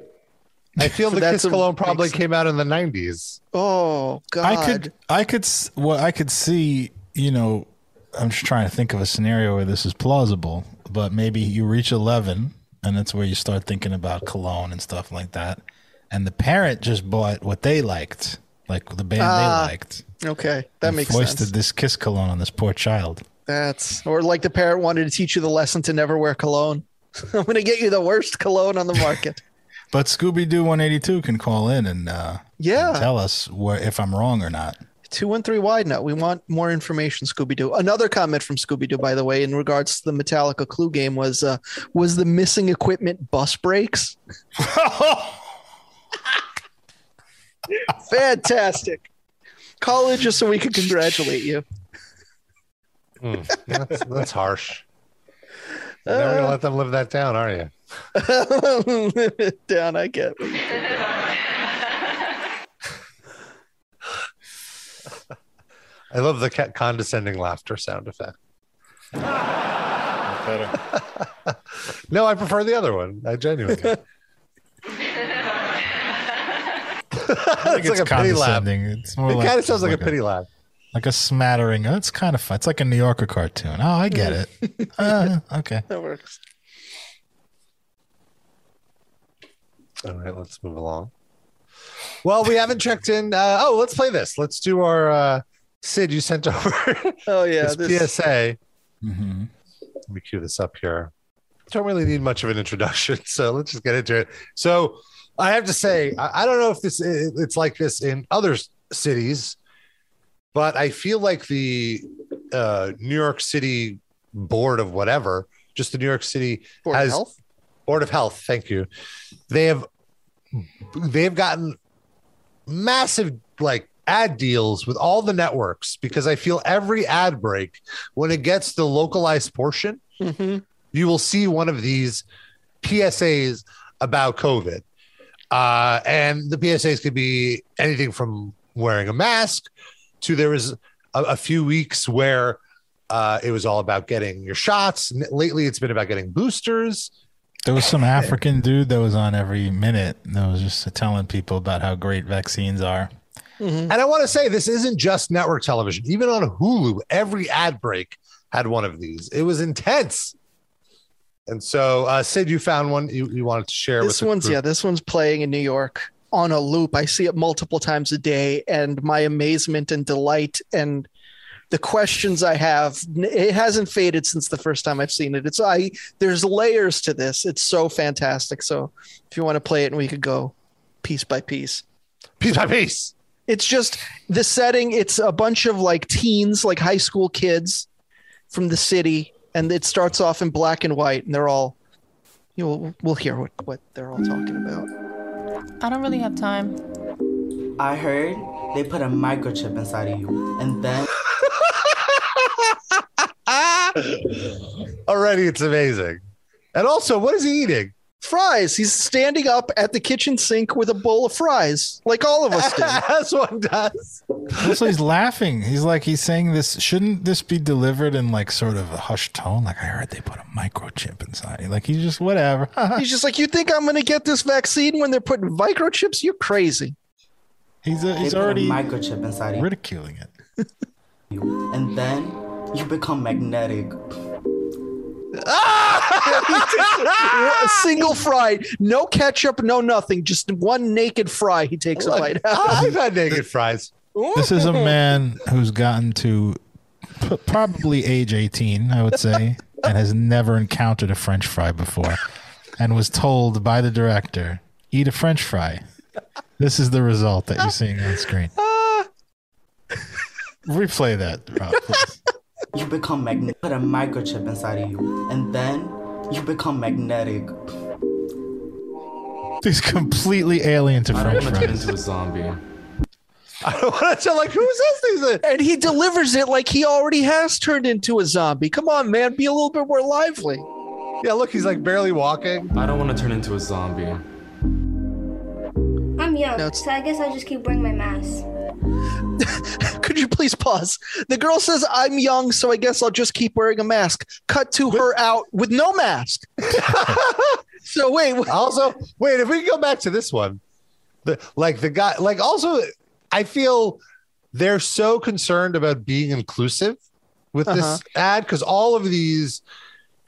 I feel So the that's Kiss a- Cologne probably makes- came out in the 90s. Oh, God. I could, I could, s- well, I could see, you know, I'm just trying to think of a scenario where this is plausible, but maybe you reach 11 and that's where you start thinking about cologne and stuff like that. And the parent just bought what they liked, like the band Ah, they liked. Okay. That and makes foisted sense. this kiss cologne on this poor child. That's or like the parent wanted to teach you the lesson to never wear cologne. I'm going to get you the worst cologne on the market. But Scooby Doo 182 can call in and uh, Yeah, tell us where, if I'm wrong or not. two one three wide note. We want more information, Scooby Doo. Another comment from Scooby Doo, by the way, in regards to the Metallica Clue game was uh, was the missing equipment bus breaks. Fantastic. Call in just so we can congratulate you. Mm, that's, that's harsh. You're never going to Uh. let them live that down, are you? Down, I get. it. I love the ca- condescending laughter sound effect. No, I prefer the other one. I genuinely. I think it's like a pity laugh. It condescending. It's more like, kind of sounds like a laugh. pity laugh. like a smattering. Oh, It's kind of fun. It's like a New Yorker cartoon. Oh, I get it. Uh, okay. That works. All right, let's move along. Well, we haven't checked in. Uh, oh, let's play this. Let's do our uh, Sid. You sent over Oh yeah, this, this, PSA. Mm-hmm. Let me cue this up here. Don't really need much of an introduction, so let's just get into it. So, I have to say, I, I don't know if this i- it's like this in other s- cities, but I feel like the uh, New York City board of whatever, just the New York City Board of has- health. Board of Health, thank you. They have they've gotten massive like ad deals with all the networks because I feel every ad break when it gets the localized portion, Mhm. you will see one of these PSAs about COVID. Uh, and the PSAs could be anything from wearing a mask to there was a, a few weeks where uh, it was all about getting your shots. N- Lately, it's been about getting boosters. There was some African dude that was on every minute that was just telling people about how great vaccines are. Mm-hmm. And I want to say this isn't just network television. Even on Hulu, every ad break had one of these. It was intense. And so, uh, Sid, you found one you, you wanted to share. with this the one's group. yeah this one's playing in new york on a loop i see it multiple times a day and my amazement and delight and the questions i have it hasn't faded since the first time i've seen it it's i there's layers to this it's so fantastic so if you want to play it and we could go piece by piece piece by piece. it's just the setting it's a bunch of like teens like high school kids from the city and it starts off in black and white and they're all you know, we'll, we'll hear what, what they're all talking about. I don't really have time. I heard they put a microchip inside of you, and then Already, it's amazing. And also, what is he eating? Fries. He's standing up at the kitchen sink with a bowl of fries, like all of us do. As one does. Also, he's laughing. He's like, he's saying this. Shouldn't this be delivered in like sort of a hushed tone? Like I heard they put a microchip inside. Like he's just whatever. He's just like, you think I'm going to get this vaccine when they're putting microchips? You're crazy. he's a, they he's put already a microchip inside of ridiculing it. you, and then you become magnetic. a single fry, no ketchup, no nothing, just one naked fry. He takes a bite. out. I've had naked fries. This is a man who's gotten to p- probably age 18, I would say, and has never encountered a French fry before, and was told by the director, "Eat a French fry." This is the result that you're seeing on screen. Replay that, Rob. please. You become magnetic. Put a microchip inside of you, and then you become magnetic. He's completely alien to French fries. into a zombie. I don't want to tell, like, who's this? He's a- And he delivers it like he already has turned into a zombie. Come on, man, be a little bit more lively. Yeah, look, he's like barely walking. I don't want to turn into a zombie. I'm young, No, it's- so I guess I'll just keep wearing my mask. Could you please pause? The girl says, I'm young, so I guess I'll just keep wearing a mask. Cut to her out with no mask. so, wait, wh- Also, wait, if we can go back to this one, the, like the guy, like, also, I feel they're so concerned about being inclusive with Uh-huh. this ad because all of these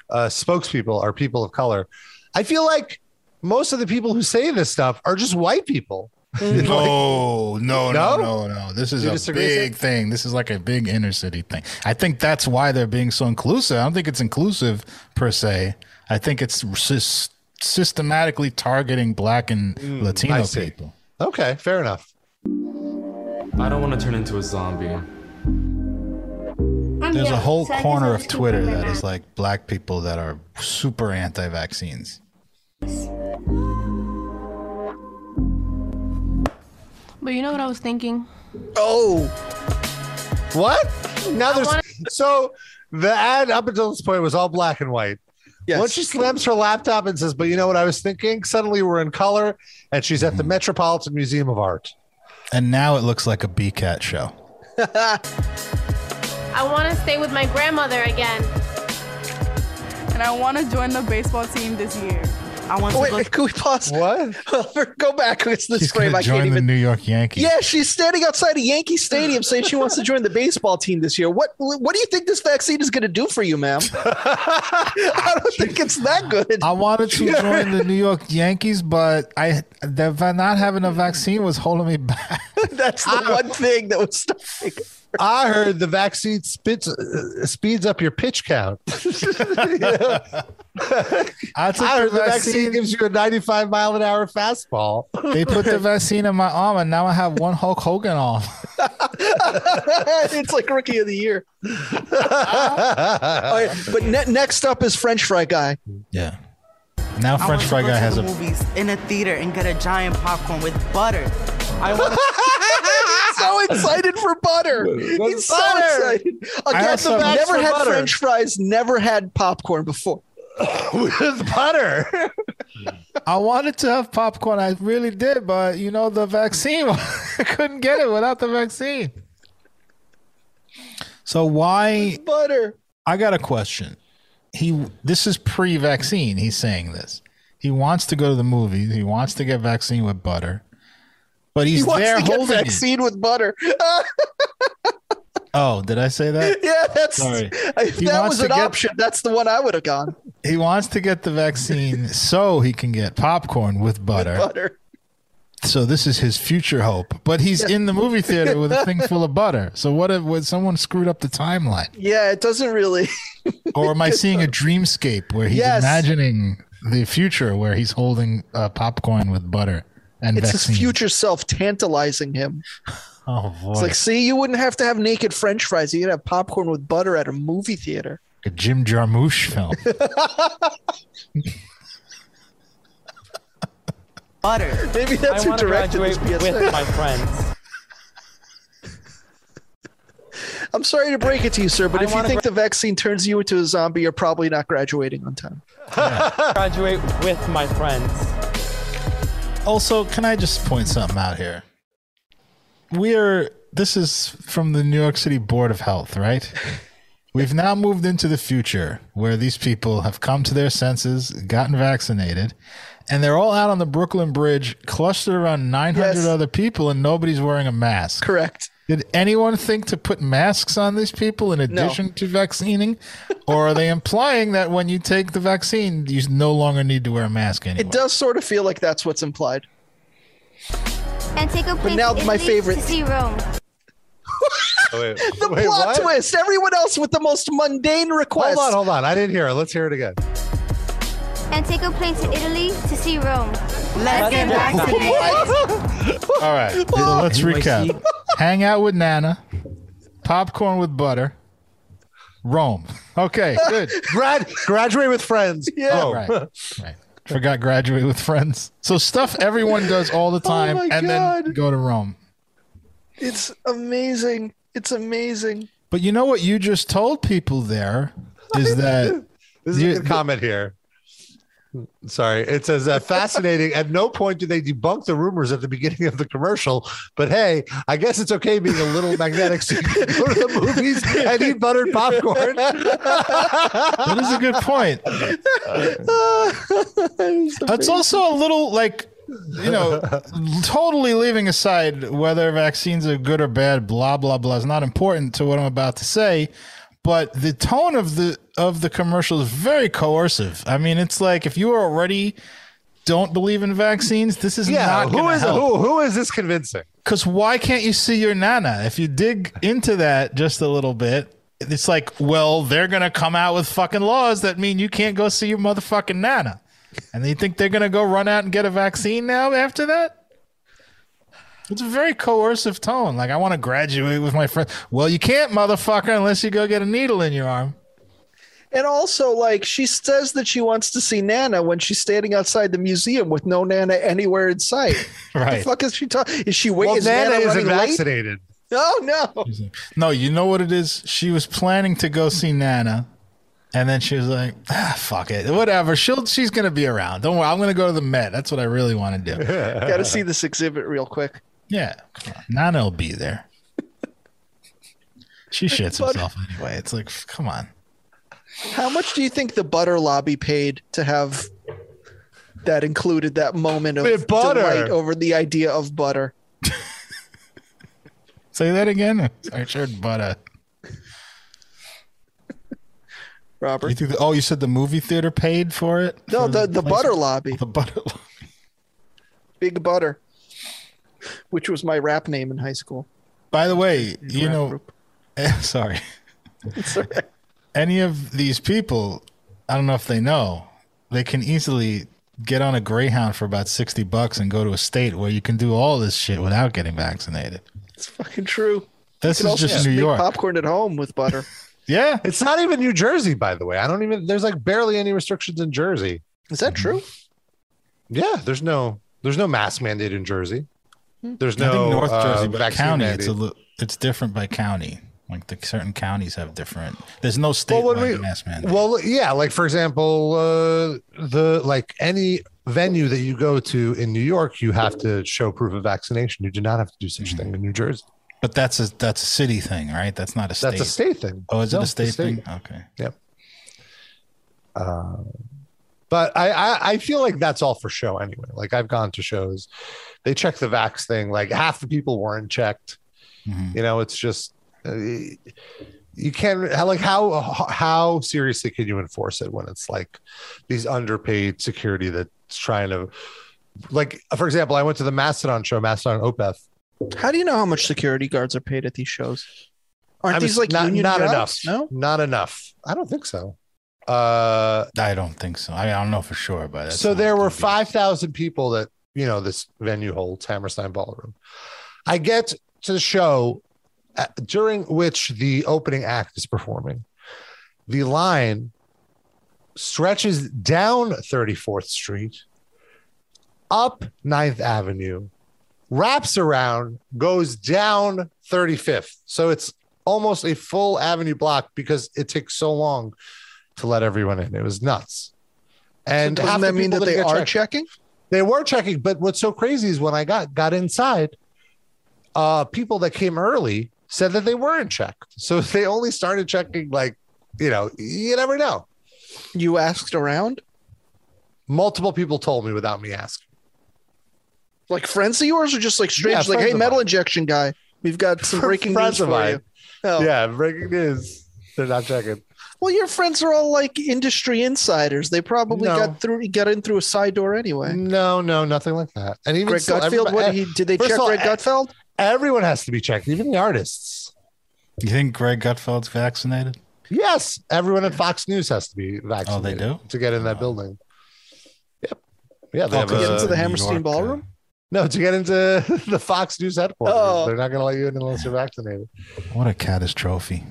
uh, spokespeople are people of color. I feel like most of the people who say this stuff are just white people. Mm-hmm. No, no, no, No? no, no. This is You a disagree, sir? big thing. This is like a big inner city thing. I think that's why they're being so inclusive. I don't think it's inclusive per se. I think it's sys- systematically targeting black and I Latino see. people. Okay, fair enough. I don't want to turn into a zombie. I'm There's young, a whole so I guess corner I'll of just keep wearing my Twitter that is mask. like black people that are super anti-vaccines. But you know what I was thinking? oh, What? Now there's wanna- so the ad up until this point was all black and white. yes. Once she slams her laptop and says, "But you know what I was thinking?" Suddenly we're in color, and she's at the Metropolitan Museum of Art. And now it looks like a BCAT show. I want to stay with my grandmother again. And I want to join the baseball team this year. I want to Oh, wait, go wait, can we pause? What? go back. It's this He's frame. going I to can't join the even. New York Yankees. Yeah, she's standing outside a Yankee Stadium saying she wants to join the baseball team this year. What what do you think this vaccine is going to do for you, ma'am? I don't think it's that good. I wanted to join the New York Yankees, but I the, not having a vaccine was holding me back. That's the one thing that was stopping. I heard the vaccine spits, uh, speeds up your pitch count. I took I the heard the vaccine vaccine. gives you a 95 mile an hour fastball. They put the vaccine in my arm, and now I have one Hulk Hogan arm. it's like rookie of the year. All right, but ne- next up is French fry guy. Yeah. Now I French want to fry go guy to has the a movies in a theater and get a giant popcorn with butter. I want He's so excited for butter. He's so butter. excited. Again, also- never for had butter. French fries, never had popcorn before. With butter. I wanted to have popcorn. I really did, but you know the vaccine. I couldn't get it without the vaccine. So why? Butter. I got a question. He this is pre-vaccine. He's saying this. He wants to go to the movies. He wants to get vaccine with butter, but he's He wants there to get holding it. vaccine with butter. Ah, Oh, did I say that? Yeah, that's Sorry. if He that wants was to an get- option. That's the one I would have gone. He wants to get the vaccine so he can get popcorn with butter. Butter. So this is his future hope. But he's in the movie theater with a thing full of butter. So what if what, someone screwed up the timeline? Yeah, it doesn't really. Or am I seeing a dreamscape where he's Yes. imagining the future where he's holding uh, popcorn with butter and It's vaccine? his future self tantalizing him. Oh boy, It's like like, see, you wouldn't have to have naked French fries. You'd have popcorn with butter at a movie theater. a Jim Jarmusch film. butter. Maybe that's I who wanna directed this graduate PSA. With my friends. I'm sorry to break it to you, sir, but I if you wanna think the vaccine turns you into a zombie, you're probably not graduating on time. graduate with my friends. Also, can I just point something out here? We're this is from the New York City Board of Health, right? We've now moved into the future where these people have come to their senses, gotten vaccinated, and they're all out on the Brooklyn Bridge, clustered around 900 other people, and nobody's wearing a mask. Correct. Did anyone think to put masks on these people in No. addition to vaccinating? or are they implying that when you take the vaccine, you no longer need to wear a mask anymore? It does sort of feel like that's what's implied. And take a plane now to my Italy favorite- to see Rome. The plot twist. Everyone else with the most mundane request. Hold on, hold on. I didn't hear it. Let's hear it again. And take a plane to Italy to see Rome. Let's get vaccinated. All right, let's recap. Hang out with Nana, popcorn with butter, Rome. Okay, good. Grad graduate with friends. Yeah. Oh. Right. Right. Forgot graduate with friends. So stuff everyone does all the Oh time, my and then God. go to Rome. It's amazing. It's amazing. But you know what you just told people there is that This is a good comment here. Sorry, it says uh, fascinating. At no point do they debunk the rumors at the beginning of the commercial, but hey, I guess it's okay being a little magnetic. So you can go to the movies and eat buttered popcorn. that is a good point. It's also a little like you know, totally leaving aside whether vaccines are good or bad, blah blah blah is not important to what I'm about to say. But the tone of the of the commercial is very coercive. I mean, it's like if you already don't believe in vaccines, this is yeah, not who gonna is help. who? Who is this convincing? Because why can't you see your nana? If you dig into that just a little bit, it's like, well, they're going to come out with fucking laws that mean you can't go see your motherfucking nana. And you think they're going to go run out and get a vaccine now after that? It's a very coercive tone. Like, I want to graduate with my friend. Well, you can't, motherfucker, unless you go get a needle in your arm. And also, like, she says that she wants to see Nana when she's standing outside the museum with no Nana anywhere in sight. Right. The fuck is she talking? Is she waiting? Well, is Nana, Nana, isn't running late? vaccinated. Oh no. No, you know what it is? She was planning to go see Nana, and then she was like, ah, fuck it. Whatever. She'll she's gonna be around. Don't worry, I'm gonna go to the Met. That's what I really want to do. Got to see this exhibit real quick. Yeah. come on. Nana'll be there. She shits herself anyway. It's like, f- come on. How much do you think the butter lobby paid to have that included that moment With of butter. delight over the idea of butter? Say that again. I sure but uh Robert. You think the, oh, you said the movie theater paid for it? No, For the, the place- butter lobby. The butter lobby. Big Butter, which was my rap name in high school. By the way, you know, sorry. Any of these people, I don't know if they know, they can easily get on a Greyhound for about 60 bucks and go to a state where you can do all this shit without getting vaccinated. It's fucking true. This You can is also just New make York. Popcorn at home with butter. Yeah. It's not even New Jersey, by the way. I don't even there's like barely any restrictions in Jersey. Is that true? Mm-hmm. Yeah, there's no there's no mask mandate in Jersey. Hmm. There's no I think North uh, Jersey, but vaccine county, mandate. it's a little, it's different by county. Like the certain counties have different. There's no state when we- mask mandate. Well, yeah, like for example, uh, the like any venue that you go to in New York, you have to show proof of vaccination. You do not have to do such Mm-hmm. thing in New Jersey. But that's a that's a city thing, right? That's not a state. That's a state thing. Oh, is No, it a it's a state, state. thing? Okay. Yep. Uh, but I, I I feel like that's all for show anyway. Like I've gone to shows, they check the vax thing. Like half the people weren't checked. Mm-hmm. You know, it's just uh, you can't how- like how how seriously can you enforce it when it's like these underpaid security that's trying to like for example, I went to the Mastodon show, Mastodon Opeth. How do you know how much security guards are paid at these shows? Aren't I'm these just- like not, union not jobs? enough? No, not enough. I don't think so. Uh, I don't think so. I, I don't know for sure, but that's so not- there were 5,000 people that, you know, this venue holds, Hammerstein Ballroom. I get to the show at, during which the opening act is performing. The line stretches down 34th Street up 9th Avenue, wraps around, goes down 35th. So it's almost a full avenue block because it takes so long to let everyone in. It was nuts. And doesn't half the that mean people that didn't they get are checked. checking? They were checking, but what's so crazy is when I got got inside, uh, people that came early said that they weren't checked. So they only started checking like, you know, you never know. You asked around? Multiple people told me without me asking. Like friends of yours, or just like strangers? like, friends hey, of metal injection guy, we've got some breaking news Friends for of mine. you. Oh. Yeah, breaking news. They're not checking. Well, your friends are all like industry insiders. They probably No. got through, got in through a side door anyway. No, no, nothing like that. And even Greg still, Gutfeld, everybody- what did he? Did they First check of all, Greg e- Gutfeld? Everyone has to be checked, even the artists. You think Greg Gutfeld's vaccinated? Yes, everyone at Fox News has to be vaccinated. Oh, they do? to get in that building. Yep. Yeah, they Oh, have to get a- into the Hammerstein uh, Ballroom? No, to get into the Fox News headquarters, Oh. they're not going to let you in unless you're vaccinated. What a catastrophe.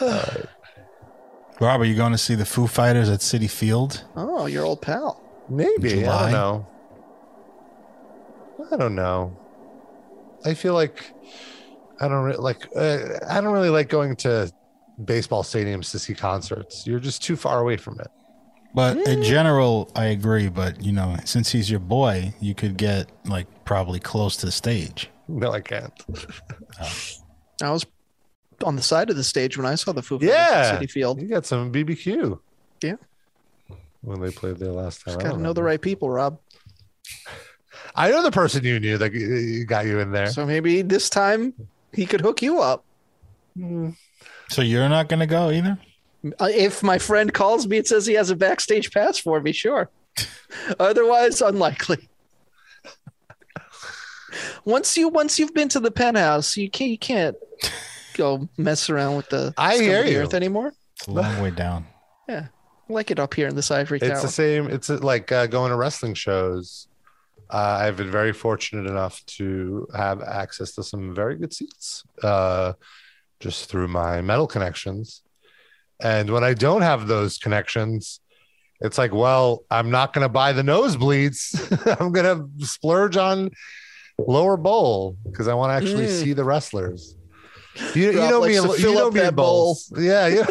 Rob, are you going to see the Foo Fighters at City Field? oh, your old pal. Maybe July? I don't know. I don't know. I feel like I don't re- like. Uh, I don't really like going to baseball stadiums to see concerts. You're just too far away from it. But in general, I agree. But you know, since he's your boy, you could get like probably close to the stage. No, I can't. I was on the side of the stage when I saw the Foo Fighters at Yeah, City Field. You got some BBQ Yeah, when they played there last time. I gotta don't know the right people, Rob. I know the person you knew that uh, got you in there. So maybe this time he could hook you up. So you're not going to go either. Uh, If my friend calls me and says he has a backstage pass for me, sure. Otherwise, unlikely. once you once you've been to the penthouse, you can't you can't go mess around with the I scum of hear the you. earth anymore. It's a long way down. Yeah, I like it up here in this ivory it's tower. the same it's like uh, going to wrestling shows uh, i've been very fortunate enough to have access to some very good seats uh, just through my metal connections and when i don't have those connections it's like well i'm not going to buy the nosebleeds i'm going to splurge on lower bowl because i want to actually Mm. see the wrestlers you, you Rob know likes me to and- you fill know up me that and bowls yeah you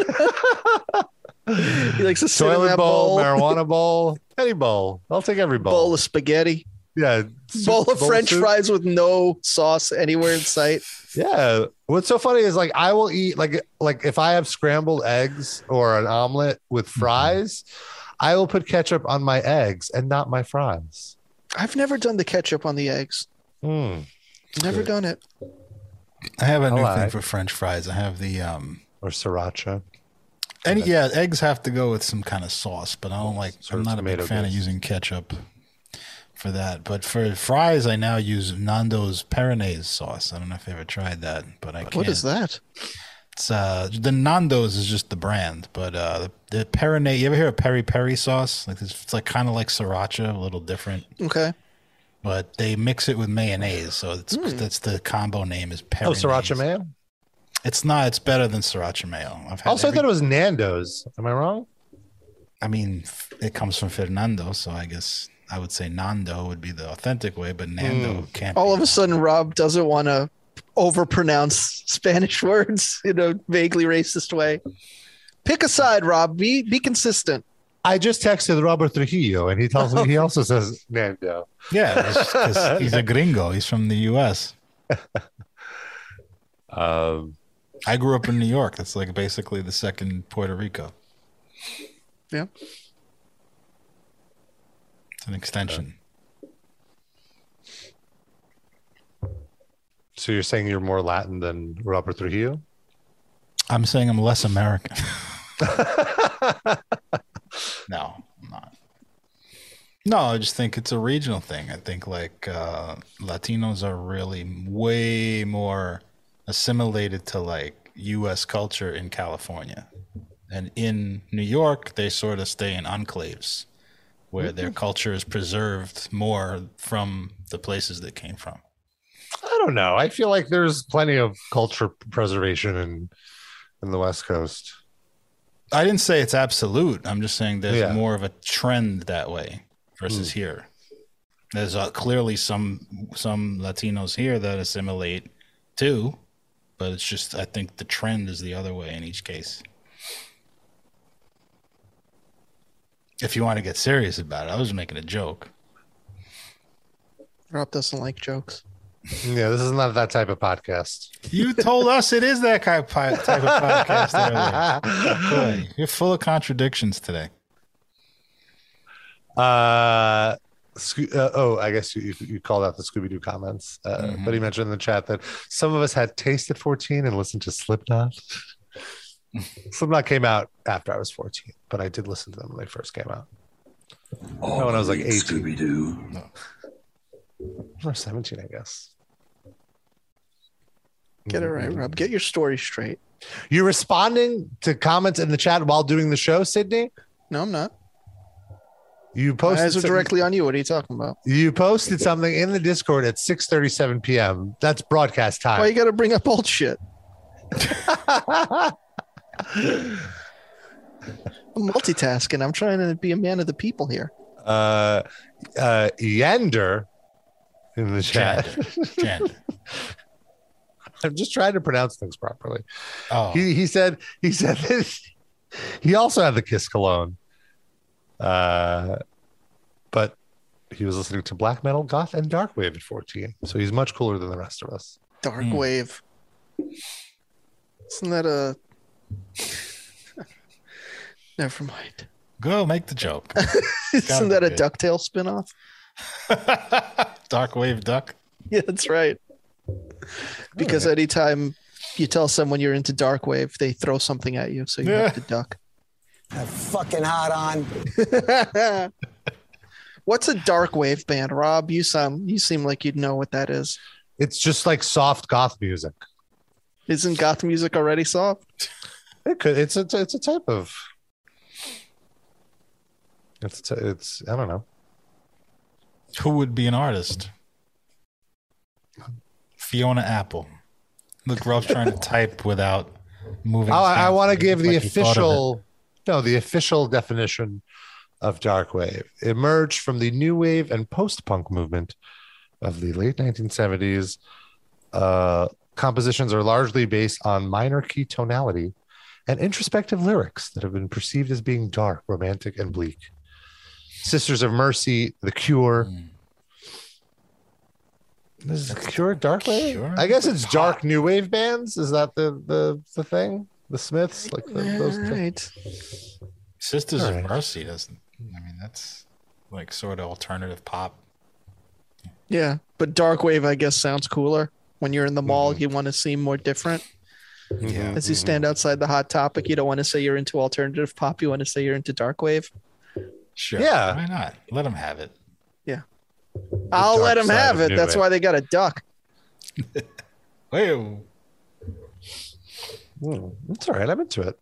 he likes to sit in toilet that bowl, bowl, marijuana bowl, any bowl. I'll take every bowl. bowl of spaghetti, yeah, bowl soup, of French soup. fries with no sauce anywhere in sight. Yeah. What's so funny is like I will eat like like if I have scrambled eggs or an omelet with fries, I will put ketchup on my eggs and not my fries. I've never done the ketchup on the eggs. Mm. Never done it. I have a new thing Alright. for French fries. I have the um. Or sriracha. Any yeah, eggs have to go with some kind of sauce, but I don't like. Sort I'm of not a big tomato fan of base. using ketchup for that. But for fries, I now use Nando's Peronaise sauce. I don't know if you ever tried that, but I can't. What is that? It's, uh, the Nando's is just the brand, but uh, the, the Peronaise. You ever hear of peri peri sauce? Like this, it's like kind of like sriracha, a little different, Okay. but they mix it with mayonnaise. So it's, that's the combo name is Hmm. Oh, Peronaise. sriracha mayo. It's not. It's better than sriracha mayo. I've had Also, every- I thought it was Nando's. Am I wrong? I mean, f- it comes from Fernando, so I guess I would say Nando would be the authentic way, but Nando can't. Hmm. All be. of a sudden, Rob doesn't want to overpronounce Spanish words in a vaguely racist way. Pick a side, Rob. Be be consistent. I just texted Robert Trujillo, and he tells me he also says Nando. Yeah, it's 'cause he's a gringo. He's from the U.S. Um, I grew up in New York. That's like basically the second Puerto Rico. Yeah. It's an extension. so you're saying you're more Latin than Robert Trujillo? I'm saying I'm less American. no, I'm not. No, I just think it's a regional thing. I think like uh, Latinos are really way more assimilated to like U.S. culture in California, and in New York they sort of stay in enclaves where their culture is preserved more from the places they came from. I don't know. I feel like there's plenty of culture preservation in in the West Coast. I didn't say it's absolute. I'm just saying there's more of a trend that way versus here. There's uh, clearly some some Latinos here that assimilate too, but it's just I think the trend is the other way in each case. If you want to get serious about it, I was making a joke. Rob doesn't like jokes. Yeah, this is not that type of podcast. You told us it is that kind of pi- type of podcast. earlier. Boy, You're full of contradictions today. Uh, Sco- uh, oh, I guess you, you, you called out the Scooby Doo comments, uh, but he mentioned in the chat that some of us had taste at 14 and listened to Slipknot. Slipknot came out after I was 14, but I did listen to them when they first came out. Oh, when I was like great 18. Scooby Doo. Or 17, I guess. Get it right, Rob. Get your story straight. You're responding to comments in the chat while doing the show, Sydney? No, I'm not. You My posted eyes are some- directly on you. What are you talking about? You posted something in the Discord at 6:37 p.m. That's broadcast time. Why you got to bring up old shit? I'm multitasking. I'm trying to be a man of the people here. uh, uh, Yander in the chat. I'm just trying to pronounce things properly. Oh. He, he said he said this. He also had the Kiss cologne, uh, but he was listening to black metal, goth, and dark wave at 14. So he's much cooler than the rest of us. Dark wave. Isn't that a? Never mind. Go make the joke. Isn't that a good. Ducktail spinoff? Dark wave duck. Yeah, that's right. Because anytime you tell someone you're into dark wave, they throw something at you, so you have to duck. fucking hot on. What's a dark wave band, Rob? You sound you seem like you'd know what that is. It's just like soft goth music. Isn't goth music already soft? It could. It's a. It's a type of. It's. It's. I don't know. Who would be an artist? Fiona Apple. Look, Rob's trying to type without moving. I, I fast. want to It give looks the like he thought of it. official, no, the official definition of dark wave emerged from the new wave and post-punk movement of the late 1970s. Uh, compositions are largely based on minor key tonality and introspective lyrics that have been perceived as being dark, romantic, and bleak. Sisters of Mercy, The Cure. Hmm. This is Cure dark wave. I guess it's dark new wave bands. Is that the the the thing? The Smiths, like the, those. All right. Sisters Alright. of Mercy doesn't. I mean, that's like sort of alternative pop. Yeah, but dark wave, I guess, sounds cooler. When you're in the mall, you want to seem more different. Yeah. As you stand outside the hot topic, you don't want to say you're into alternative pop. You want to say you're into dark wave. Sure. Yeah. Why not? Let them have it. I'll dark let them side have of it. new That's wave. why they got a duck. Whoa. Hmm, it's all right. I'm into it.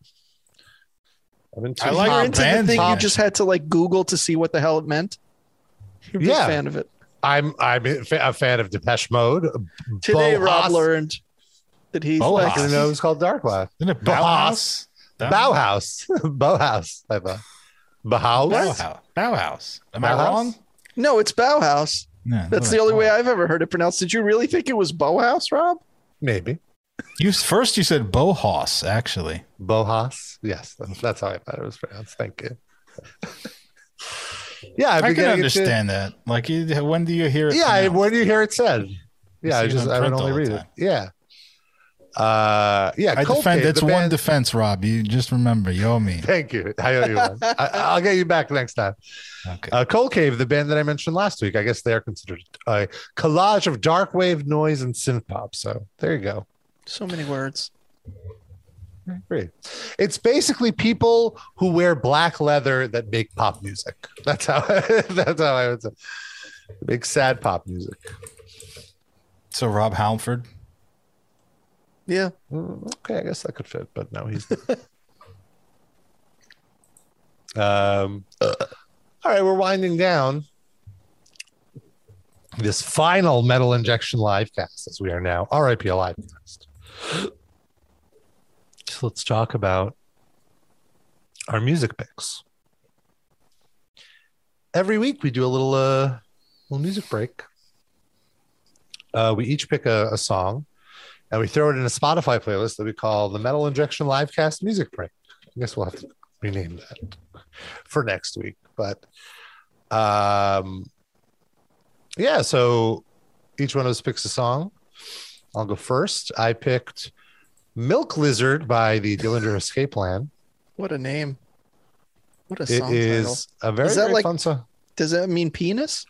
I'm into I it. like you're into the thing you just had to like Google to see what the hell it meant. You're a big Yeah. fan of it. I'm I'm a fa- a fan of Depeche Mode. Today, Bo Rob Haas- learned that he's Bo like, Haas. I didn't know it was called Dark Wave. Isn't it Bauhaus? Bauhaus? Bauhaus. Bauhaus. I thought. Bauhaus. Bauhaus. Bauhaus. Am I Bauhaus? wrong? no, it's Bauhaus. No, That's the only way I've ever heard it pronounced. Did you really think it was Bauhaus, Rob? Maybe. You first you said Bauhaus, actually. Bauhaus. Yes, that's, that's how I thought it was pronounced. Thank you. yeah, I've I been can getting into- understand that. Like, you, when do you hear it? Yeah, I- pronounced? when do you hear it said? Yeah, see I it just on I would print only all the read it. Yeah. Uh, yeah. I Cold defend. Cave, That's the one band- defense, Rob. You just remember, you owe me. Thank you. I owe you one. I, I'll get you back next time. Okay. Uh, Cold Cave, the band that I mentioned last week, I guess they are considered a collage of dark wave noise and synth pop. So there you go. So many words. Great. It's basically people who wear black leather that make pop music. That's how. that's how I would say. Big sad pop music. So Rob Halford. Yeah. Mm, Okay, I guess that could fit, but no, he's. um, all right, we're winding down this final metal injection live cast as we are now RIP live cast. So let's talk about our music picks. Every week we do a little uh, little music break. Uh, we each pick a, a song, and we throw it in a Spotify playlist that we call the Metal Injection Livecast Music Break. I guess we'll have to rename that for next week, but um, yeah. So each one of us picks a song. I'll go first. I picked Milk Lizard by the Dillinger Escape Plan. What a name. What a It song is title. a very, Is that very like, fun song. Does that mean penis?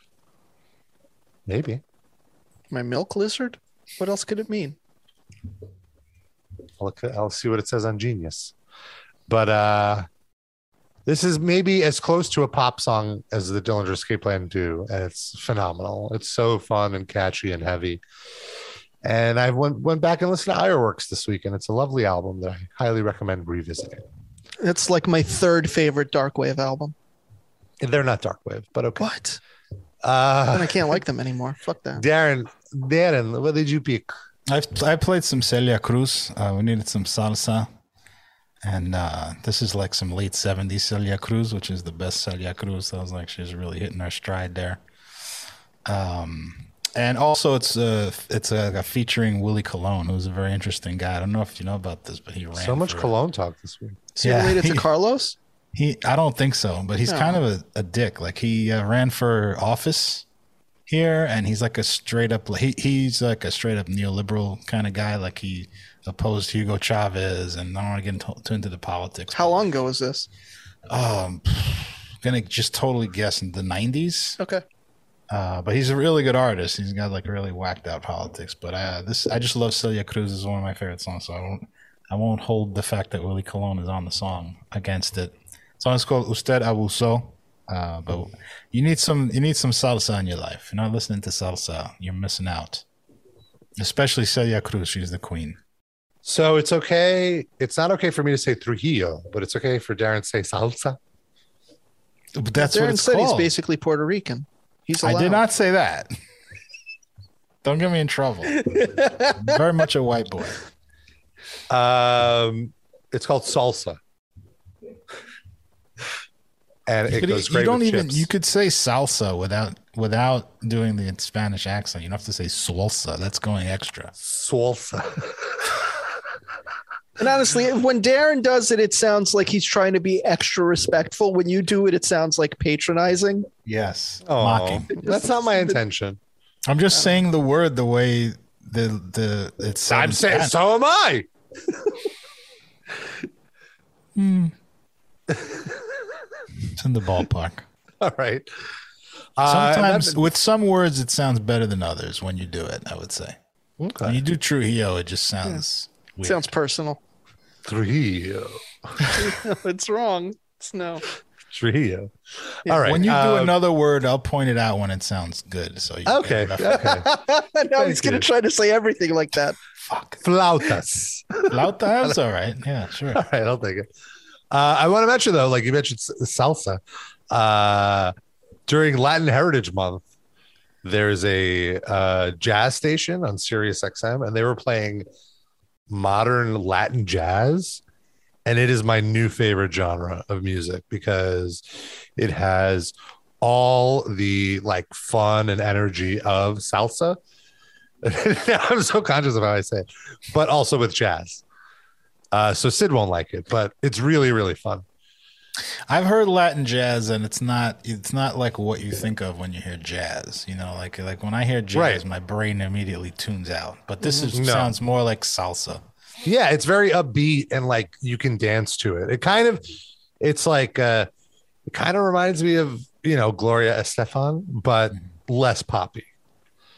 Maybe. My milk lizard? What else could it mean? I'll, look, I'll see what it says on Genius. But uh, this is maybe as close to a pop song as the Dillinger Escape Plan do, and it's phenomenal. It's so fun and catchy and heavy. And I went went back and listened to Ironworks this week, and it's a lovely album that I highly recommend revisiting. It's like my third favorite dark wave album. They're not dark wave, but okay. What? Uh, then I can't like them anymore. Fuck that. Darren, Darren, what did you pick? I've, I played some Celia Cruz. Uh, we needed some salsa. And uh, this is like some late 70s Celia Cruz, which is the best Celia Cruz. I was like, she's really hitting her stride there. Um, and also, it's a, it's a, featuring Willie Colon, who's a very interesting guy. I don't know if you know about this, but he ran So much for- cologne talk this week. Is he Yeah, related to he- Carlos? He, I don't think so, but he's No. kind of a, a dick. Like he uh, ran for office here, and he's like a straight up. He, he's like a straight up neoliberal kind of guy. Like he opposed Hugo Chavez, and I don't want to get into, too into the politics. How long ago was this? Um, gonna just totally guess in the nineties. Okay. Uh, but he's a really good artist. He's got like really whacked out politics. But uh, this, I just love Celia Cruz. is one of my favorite songs. So I won't, I won't hold the fact that Willie Colon is on the song against it. The song is called Usted Abuso. Uh, but you need some, you need some salsa in your life. If you're not listening to salsa, you're missing out. Especially Celia Cruz. She's the queen. So it's okay. It's not okay for me to say Trujillo, but it's okay for Darren to say salsa. But Darren said he's basically Puerto Rican. He's I allowed. did not say that. Don't get me in trouble. Very much a white boy. Um, it's called salsa, and You it could- goes you great don't with even chips. you could say salsa without without doing the Spanish accent. You don't have to say salsa. That's going extra. Salsa. And honestly, when Darren does it, it sounds like he's trying to be extra respectful. When you do it, it sounds like patronizing. Yes. Oh, mocking. that's not my intention. I'm just saying the word the way the the it's. I'm saying so am I. It's in the ballpark. All right. Uh, and Sometimes that- with some words it sounds better than others when you do it. I would say. When you do Trujillo, it just sounds weird. Sounds personal. Trujillo. it's wrong. It's no. Trujillo. All right. When you do uh, another word, I'll point it out when it sounds good. So you Okay, okay. now he's Thank going to you. try to say everything like that. flautas. Loud times, all right. Yeah, sure. All right, I'll take it. Uh, I want to mention though, like you mentioned s- salsa. Uh, during Latin Heritage Month, there's a uh, jazz station on Sirius XM, and they were playing modern Latin jazz. And it is my new favorite genre of music because it has all the like fun and energy of salsa. I'm so conscious of how I say it, but also with jazz. Uh, so Sid won't like it, but it's really, really fun. I've heard Latin jazz, and it's not it's not like what you think of when you hear jazz. You know, like like when I hear jazz, Right. my brain immediately tunes out. But this is, Mhm. No. sounds more like salsa. Yeah, it's very upbeat and like you can dance to it. It kind of, it's like, uh, it kind of reminds me of you know Gloria Estefan, but less poppy.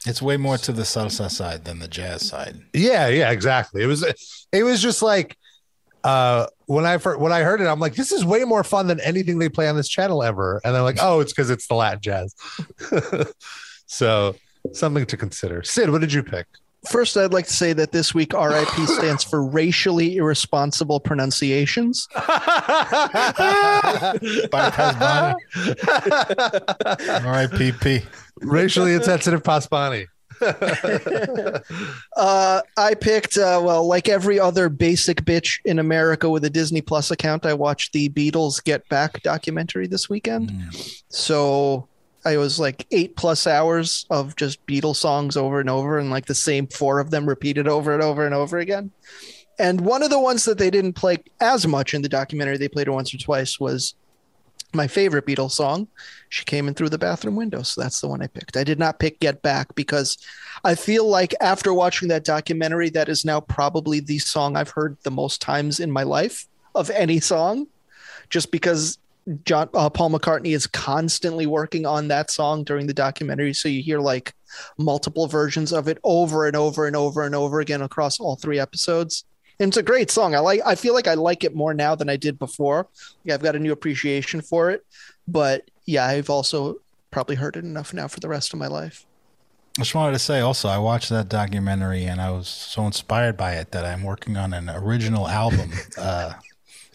It's way more to the salsa side than the jazz side. Yeah, yeah, exactly. It was, it was just like, uh, when I first, when I heard it, I'm like, this is way more fun than anything they play on this channel ever. And they're like, oh, it's because it's the Latin jazz. so something to consider. Sid, what did you pick? First, I'd like to say that this week RIP stands for racially irresponsible pronunciations. Bypass Bonnie. R.I.P.P. Racially insensitive Paspani. Uh, I picked, uh, well, like every other basic bitch in America with a Disney Plus account, I watched the Beatles Get Back documentary this weekend. Mm. So I was like eight plus hours of just Beatles songs over and over, and like the same four of them repeated over and over and over again. And one of the ones that they didn't play as much in the documentary, they played it once or twice, was my favorite Beatles song. She came in through the bathroom window. So that's the one I picked. I did not pick Get Back because I feel like after watching that documentary, that is now probably the song I've heard the most times in my life of any song, just because John uh, Paul McCartney is constantly working on that song during the documentary. So you hear like multiple versions of it over and over and over and over again across all three episodes. And it's a great song. I like. I feel like I like it more now than I did before. Like, I've got a new appreciation for it. But yeah, I've also probably heard it enough now for the rest of my life. I just wanted to say also, I watched that documentary and I was so inspired by it that I'm working on an original album uh,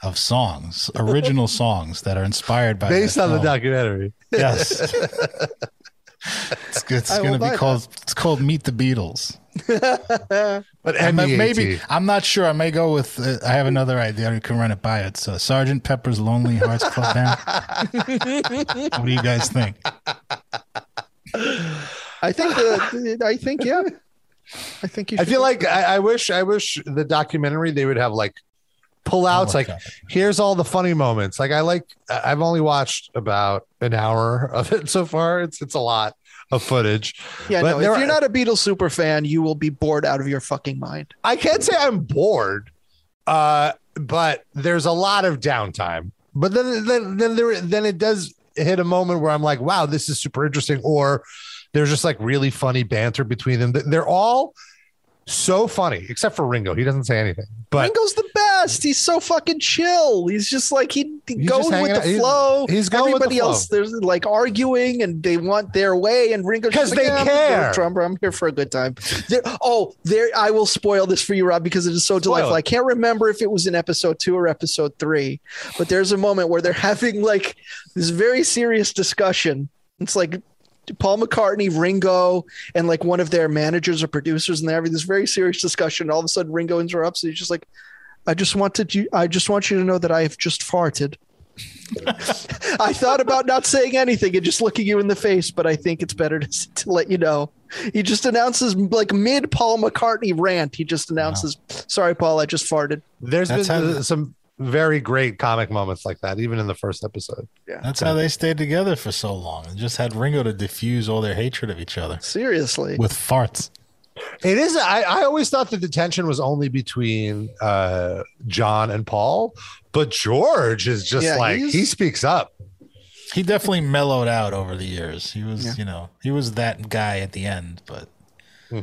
of songs, original songs that are inspired by Based that on the film. documentary. Yes. It's, good. it's I will going to buy be that. called it's called Meet the Beatles. But I'm not- maybe maybe I'm not sure. I may go with. Uh, I have another idea. You can run it by it. So Sergeant Pepper's Lonely Hearts Club Band. What do you guys think? I think. The, I think. Yeah. I think you. I Should. feel like I, I wish I wish the documentary they would have like pullouts like here's all the funny moments. Like I like I- I've only watched about an hour of it so far. It's it's a lot of footage. Yeah, But no. there If are- you're not a Beatles super fan, you will be bored out of your fucking mind. I can't say I'm bored, uh, but there's a lot of downtime. But then, then, then there, then it does hit a moment where I'm like, wow, this is super interesting. Or there's just like really funny banter between them. Th- They're all so funny, except for Ringo. He doesn't say anything, but Ringo's the best. He's so fucking chill. He's just like he, he He's goes just hanging with the out. He's- flow. he's going with the Everybody else, flow. there's like arguing and they want their way. And Ringo 'Cause they care." Trump, I'm here for a good time. There, oh, there. I will spoil this for you, Rob, because it is so Spoil delightful. it. I can't remember if it was in episode two or episode three, but there's a moment where they're having like this very serious discussion. It's like Paul McCartney, Ringo, and like one of their managers or producers, and they're having this very serious discussion. All of a sudden, Ringo interrupts, and he's just like, "I just wanted you. I just want you to know that I have just farted." I thought about not saying anything and just looking you in the face, but I think it's better to, to let you know. He just announces like mid Paul McCartney rant. He just announces, "Sorry, Paul, I just farted." there's That's been how- uh, some very great comic moments like that, even in the first episode. Yeah, That's how they stayed together for so long, and just had Ringo to diffuse all their hatred of each other Seriously, with farts. It is. I, I always thought that the tension was only between uh, John and Paul, but George is just Yeah, like he's- he speaks up. He definitely mellowed out over the years. He was, you know, he was that guy at the end, but you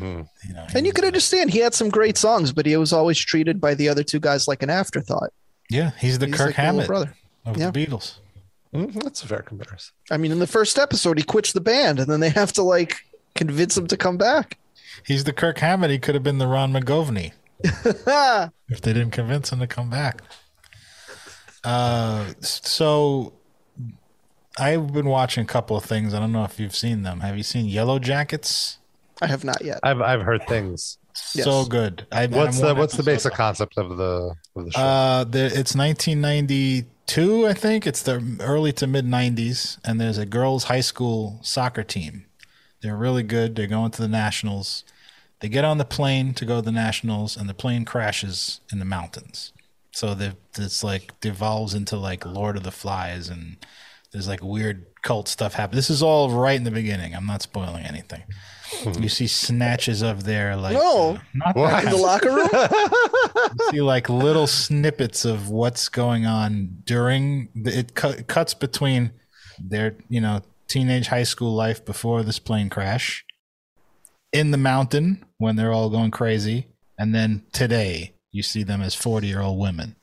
know, and you can understand he had some great songs, but he was always treated by the other two guys like an afterthought. yeah, he's the He's Kirk like the little Hammett brother. of Yeah. the Beatles. Mm-hmm, that's a fair comparison. I mean, in the first episode, he quits the band, and then they have to like convince him to come back. He's the Kirk Hammett. He could have been the Ron McGovney if they didn't convince him to come back. Uh, so I've been watching a couple of things. I don't know if you've seen them. Have you seen Yellow Jackets? I have not yet. I've I've heard things. So good. I, what's I'm the one What's the episode basic concept of the of the show? Uh, there, it's 1992, I think. It's the early to mid 90s, and there's a girls' high school soccer team. They're really good. They're going to the nationals. They get on the plane to go to the nationals, and the plane crashes in the mountains. So the- it's like devolves into like Lord of the Flies, and there's like weird cult stuff happen. This is all right in the beginning. I'm not spoiling anything. You see snatches of their like no, not Oh, in that the locker room. see like little snippets of what's going on during the, it cu- cuts between their you know teenage high school life before this plane crash in the mountain when they're all going crazy and then today you see them as 40 year old women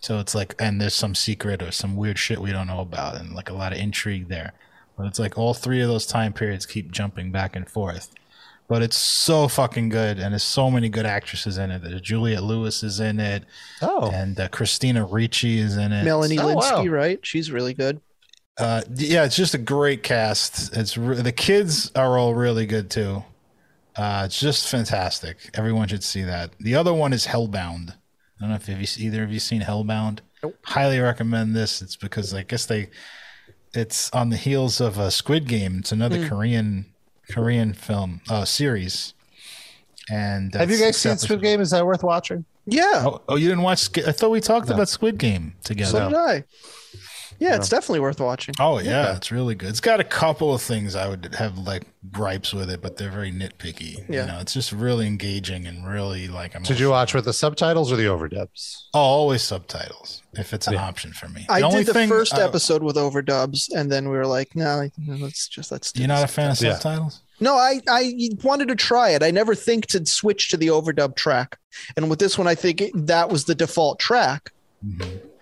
so it's like and there's some secret or some weird shit we don't know about and like a lot of intrigue there but it's like all three of those time periods keep jumping back and forth but it's so fucking good and there's so many good actresses in it There's juliet lewis is in it oh and uh, christina ricci is in it Melanie Linsky, right? She's really good. uh, yeah, it's just a great cast. It's re- the kids are all really good too. Uh, it's just fantastic. Everyone should see that. The other one is Hellbound. I don't know if have you either of you seen Hellbound. Highly recommend this. It's because I guess they, it's on the heels of a Squid Game. It's another Mm. Korean Korean film uh, series. And Have you that's guys seen six Squid Game? Is that worth watching? Yeah. Oh, oh, you didn't watch? Squ- I thought we talked about Squid Game together. So did I. Yeah, it's Yeah. definitely worth watching. Oh yeah, it's really good. It's got a couple of things I would have like gripes with it, but they're very nitpicky. Yeah. You know, it's just really engaging and really like I'm. Did you watch with the subtitles or the overdubs? Oh, always subtitles if it's an option for me. I did the thing- first oh, episode with overdubs, and then we were like, no, no, let's just let's. do You're not a this." fan of Yeah. subtitles? No, I I wanted to try it. I never think to switch to the overdub track, and with this one, I think it, that was the default track.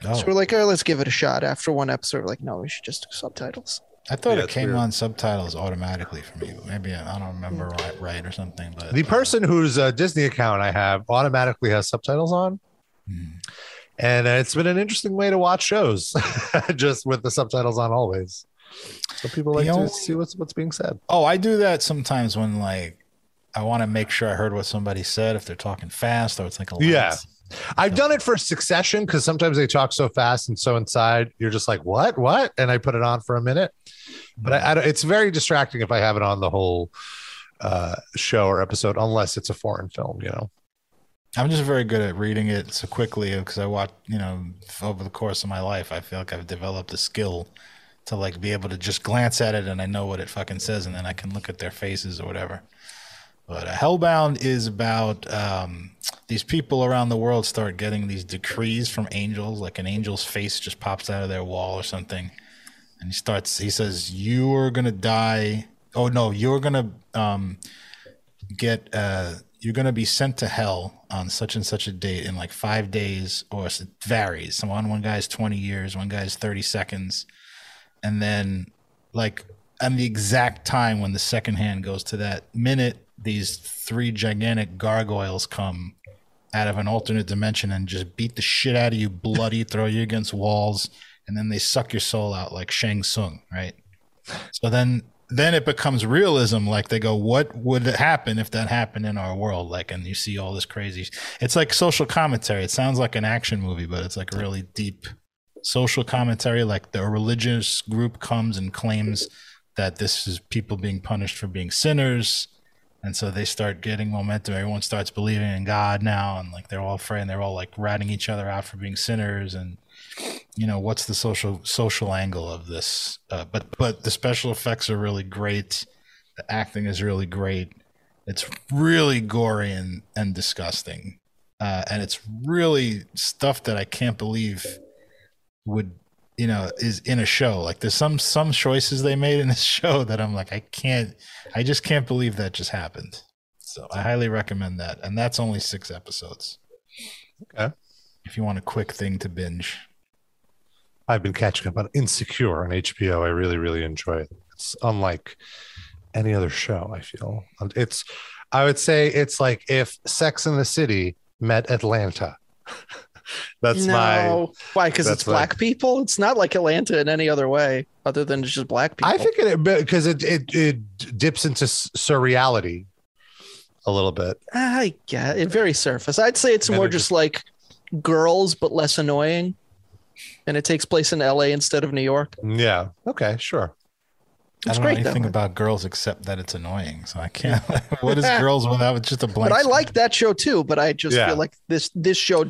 So we're like, oh, let's give it a shot. After one episode, we're like, no, we should just do subtitles. I thought Yeah, it it's came weird. on subtitles automatically for me. but Maybe I I don't remember Mm. right, right or something, but The person whose uh, Disney account I have automatically has subtitles on. Hmm. And uh, it's been an interesting way to watch shows, just with the subtitles on always. So people like The to only- see what's what's being said. Oh, I do that sometimes when like I want to make sure I heard what somebody said if they're talking fast or it's like a Yeah. I've done it for Succession because sometimes they talk so fast and so inside, you're just like, what, what? And I put it on for a minute. But I, I don't- it's very distracting if I have it on the whole uh, show or episode, unless it's a foreign film, you know? I'm just very good at reading it so quickly because I watch, you know, over the course of my life, I feel like I've developed a skill to like be able to just glance at it and I know what it fucking says and then I can look at their faces or whatever. But uh, Hellbound is about um, these people around the world start getting these decrees from angels, like an angel's face just pops out of their wall or something. And he starts, he says, You are going to die. Oh, no, you're going to. Um, get uh you're going to be sent to hell on such and such a date in like five days or s- it varies so on one guy's 20 years one guy's 30 seconds and then like on the exact time when the second hand goes to that minute these three gigantic gargoyles come out of an alternate dimension and just beat the shit out of you bloody throw you against walls and then they suck your soul out like shang tsung right so then then it becomes realism. Like they go, what would happen if that happened in our world? Like, and you see all this crazy. It's like social commentary. It sounds like an action movie, but it's like really deep social commentary. Like the religious group comes and claims that this is people being punished for being sinners. And so they start getting momentum. Everyone starts believing in God now, and like they're all afraid. And they're all like ratting each other out for being sinners. And you know, what's the social social angle of this? Uh, but but the special effects are really great. The acting is really great. It's really gory and and disgusting, uh, and it's really stuff that I can't believe would you know is in a show like there's some some choices they made in this show that i'm like i can't i just can't believe that just happened so i highly recommend that and that's only six episodes okay if you want a quick thing to binge I've been catching up on Insecure on HBO. I really, really enjoy it. It's unlike any other show, I feel. And It's, I would say it's like if Sex in the City met Atlanta. That's my. No. why because it's that's my- black people. It's not like Atlanta in any other way other than it's just black people. I think it because it, it it dips into s- surreality a little bit. I get it. Very surface. I'd say it's And more it just, like girls, but less annoying. And it takes place in LA instead of New York. Yeah. Okay. Sure. i It's don't know great that anything way. about girls except that it's annoying so i can't what is girls without it's just a blank But I like that show too. But I just Yeah. feel like this this show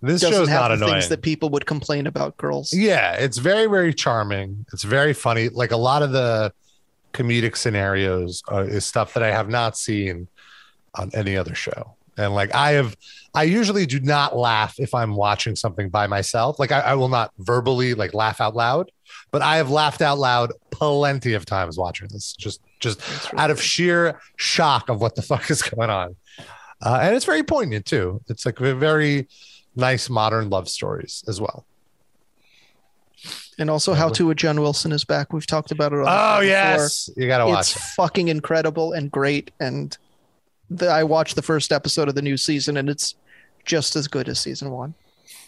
This doesn't show's have not the annoying. things that people would complain about girls. Yeah, it's very very charming. It's very funny. Like a lot of the comedic scenarios are, is stuff that I have not seen on any other show. And like I have, I usually do not laugh if I'm watching something by myself. Like I, I will not verbally like laugh out loud, but I have laughed out loud plenty of times watching this. Just just out of sheer shock of what the fuck is going on. Uh, and it's very poignant too. It's like a very nice modern love stories as well. And also, How to with John Wilson is back. We've talked about it. On the Oh, show before. yes. You gotta watch It's it. fucking incredible and great. And the, I watched the first episode of the new season, and it's just as good as season one.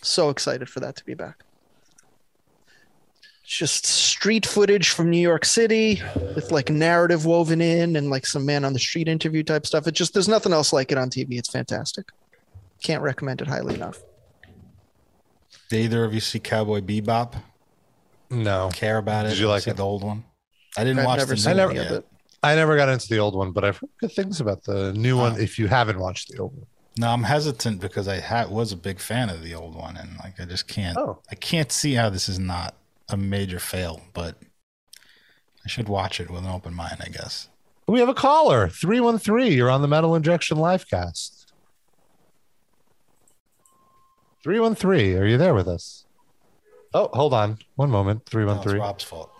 So excited for that to be back. just street footage from New York City with like narrative woven in and like some man on the street interview type stuff. It just there's nothing else like it on TV. It's fantastic. Can't recommend it highly enough. Did either of you see Cowboy Bebop? No. Care about it? Did you like see it? the old one? I didn't I've watch never the seen new it. one I yet. never- I never got into the old one, but I've heard good things about the new one. If you haven't watched the old one, No, I'm hesitant because I ha- was a big fan of the old one, and like I just can't. Oh. I can't see how this is not a major fail. But I should watch it with an open mind, I guess. we have a caller three one three. You're on the Metal Injection live cast. Three one three. Are you there with us? Oh, hold on. One moment. Three one three. Oh, It's Rob's fault.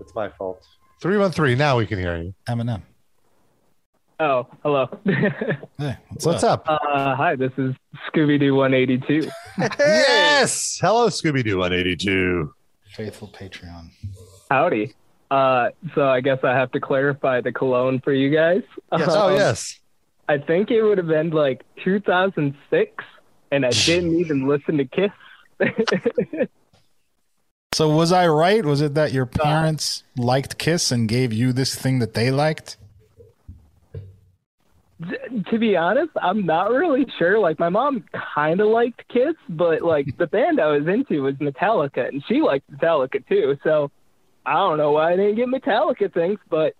It's my fault. Three one three. Now we can hear you. Eminem. Oh, hello. what's What's up? Uh, hi, this is Scooby Doo 182. Yes. Hello, Scooby Doo one eighty two. Faithful Patreon. Howdy. Uh, so I guess I have to clarify the cologne for you guys. Uh, Yes. Oh, yes. I think it would have been like 2006, and I didn't even listen to Kiss. So was I right? Was it that your Uh, parents liked Kiss and gave you this thing that they liked? T- to be honest, I'm not really sure. Like my mom kind of liked Kiss, but like the band I was into was Metallica, and she liked Metallica too. So I don't know why I didn't get Metallica things, but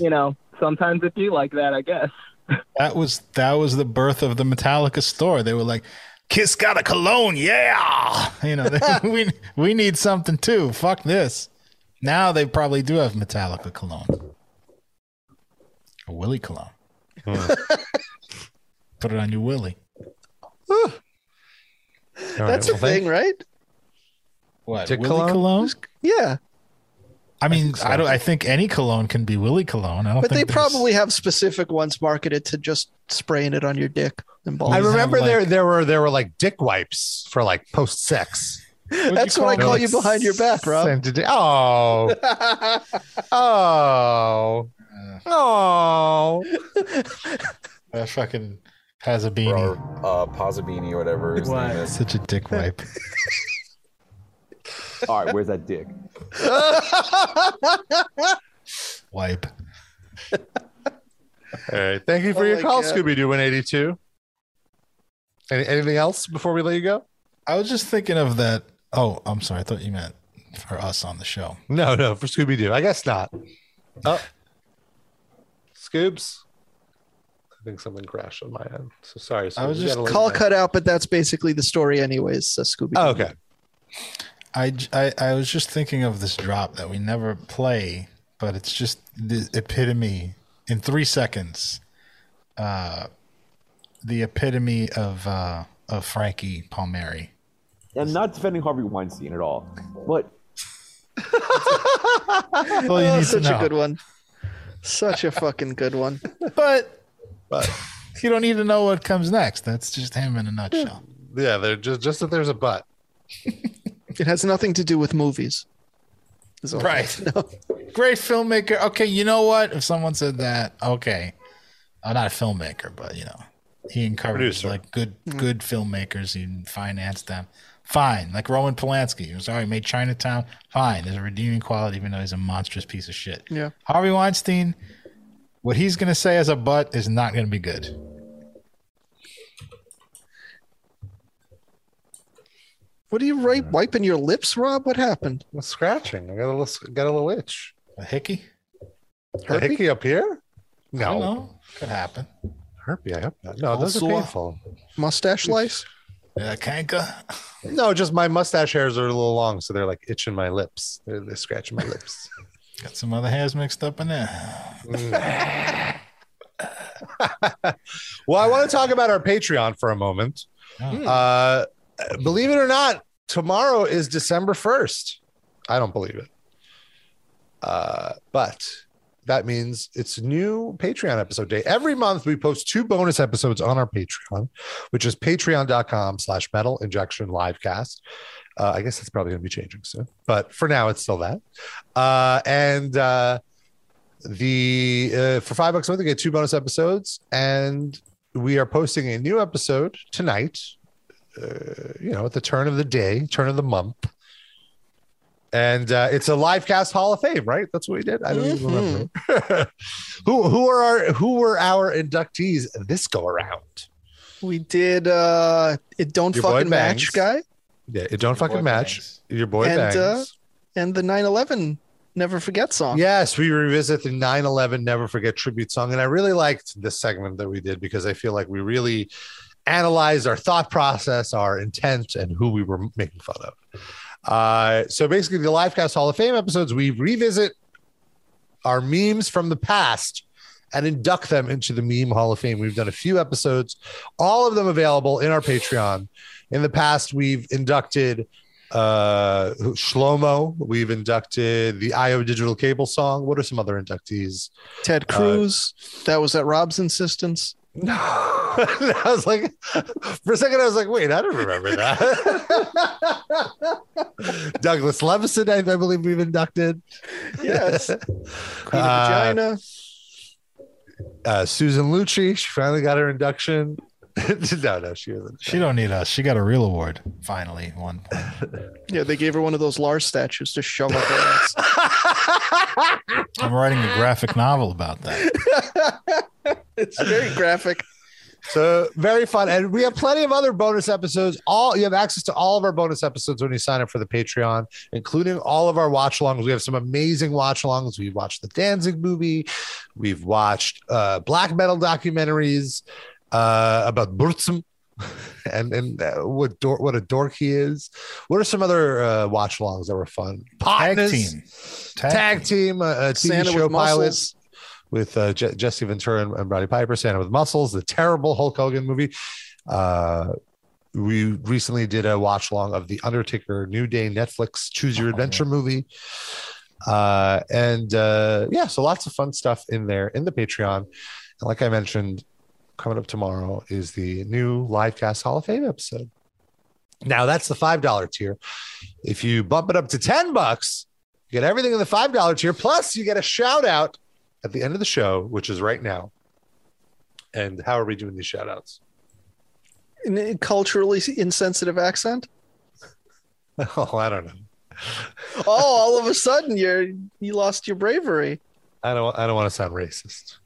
you know, sometimes if you like that, I guess. That was that was the birth of the Metallica store. They were like, Kiss got a cologne, yeah. You know, they- we we need something too. Fuck this. Now they probably do have Metallica cologne. A Willy cologne. Hmm. Put it on your Willy. That's a thing, right? What? Dick cologne? Willy cologne? Yeah. I mean, I, don't. I think any cologne can be Willy cologne. I don't But they think there's- probably have specific ones marketed to just spraying it on your dick and balls. I remember there there were there were like dick wipes for like post sex. That's what I call you behind your back, Rob. Oh, oh, oh! Uh, fucking has a beanie. uh, Pozzabini or whatever his name is. Such a dick wipe. All right, where's that dick? wipe. All right, thank you for Oh your my call, God. Scooby Doo one eighty two. Any, anything else before we let you go? I was just thinking of that. Oh, I'm sorry. I thought you meant for us on the show. No, no, for Scooby Doo, I guess not. Oh, Scoobs. I think something crashed on my end. So sorry. I was Scoobs. just Gotta let call you know. cut out, but that's basically the story, anyways. uh, So Scooby. Oh, okay. I, j- I- I was just thinking of this drop that we never play, but it's just the epitome in three seconds. Uh, the epitome of uh, of Frankie Palmieri. I'm not defending Harvey Weinstein at all, but all you Oh, need to such know. a good one. Such a fucking good one. But, but you don't need to know what comes next. That's just him in a nutshell. Yeah, they're just just that there's a butt. It has nothing to do with movies. Right. Great filmmaker. Okay, you know what? If someone said that, okay. I'm not a filmmaker, but you know, he encourages Producer. like good Mm. good filmmakers. He financed them. Fine. Like Roman Polanski. He was all right, made Chinatown. Fine. There's a redeeming quality, even though he's a monstrous piece of shit. Yeah. Harvey Weinstein, what he's gonna say as a butt is not gonna be good. What are you ri- wiping your lips, Rob? What happened? I'm scratching. I got a little got a little itch. A hickey? A hickey up here? No. I don't know. Could happen. Herpy, I hope not. No, those Also- are painful. Mustache lice? Uh, canker. No, just my mustache hairs are a little long, so they're like itching my lips. They're, they're scratching my lips. Got some other hairs mixed up in there. Well, I want to talk about our Patreon for a moment. Uh, believe it or not, tomorrow is December 1st. I don't believe it. Uh, but that means it's new Patreon episode day. Every month we post two bonus episodes on our Patreon, which is patreon.com slash metal injection livecast. Uh, I guess that's probably going to be changing soon, but for now it's still that. Uh, and uh, the uh, for five bucks a month you get two bonus episodes and we are posting a new episode tonight uh, you know at the turn of the day turn of the month And uh, it's a live cast Hall of Fame, right? That's what we did. I don't even remember. who who are our who were our inductees this go around? We did uh it don't Your boy fucking match Bangs. guy Yeah, it don't fucking match. Your boy and Bangs. uh and the 911 never forget song. Yes, we revisit the 9 11 Never Forget tribute song. And I really liked this segment that we did because I feel like we really analyzed our thought process, our intent, and who we were making fun of. Uh, so basically, the Livecast Hall of Fame episodes, we revisit our memes from the past and induct them into the meme hall of fame we've done a few episodes all of them available in our patreon in the past we've inducted uh shlomo we've inducted the io digital cable song what are some other inductees Ted Cruz, that was at Rob's insistence. No. I was like for a second I was like wait I don't remember that Douglas Levison I, I believe we've inducted Yes. Queen of Uh, Vagina. uh, Susan Lucci. She finally got her induction. no, no, she wasn't. She don't need us. She got a real award. Finally, one. Yeah, they gave her one of those Lars statues to shove up her ass. I'm writing a graphic novel about that. It's very graphic. So very fun, and we have plenty of other bonus episodes. All you have access to all of our bonus episodes when you sign up for the Patreon, including all of our watch alongs. We have some amazing watch alongs. We watched the Danzig movie, we've watched uh, black metal documentaries uh, about Burzum. And and uh, what dork, what a dork he is. What are some other uh, watch alongs that were fun? Partners, Tag team. tag, team, uh, uh, TV Santa with show pilots muscles. with uh, Je- Jesse Ventura and, and Roddy Piper, Santa with Muscles, the terrible Hulk Hogan movie. Uh, we recently did a watch along of the Undertaker New Day Netflix Choose Your Adventure movie. Uh, and uh, yeah, so lots of fun stuff in there in the Patreon. And like I mentioned, coming up tomorrow is the new Livecast Hall of Fame episode. Now that's the five dollar tier. If you bump it up to ten bucks, you get everything in the five dollar tier. Plus, you get a shout out at the end of the show, which is right now. And how are we doing these shout outs? In a culturally insensitive accent. Oh, I don't know. Oh, all of a sudden you're you lost your bravery. I don't. I don't want to sound racist.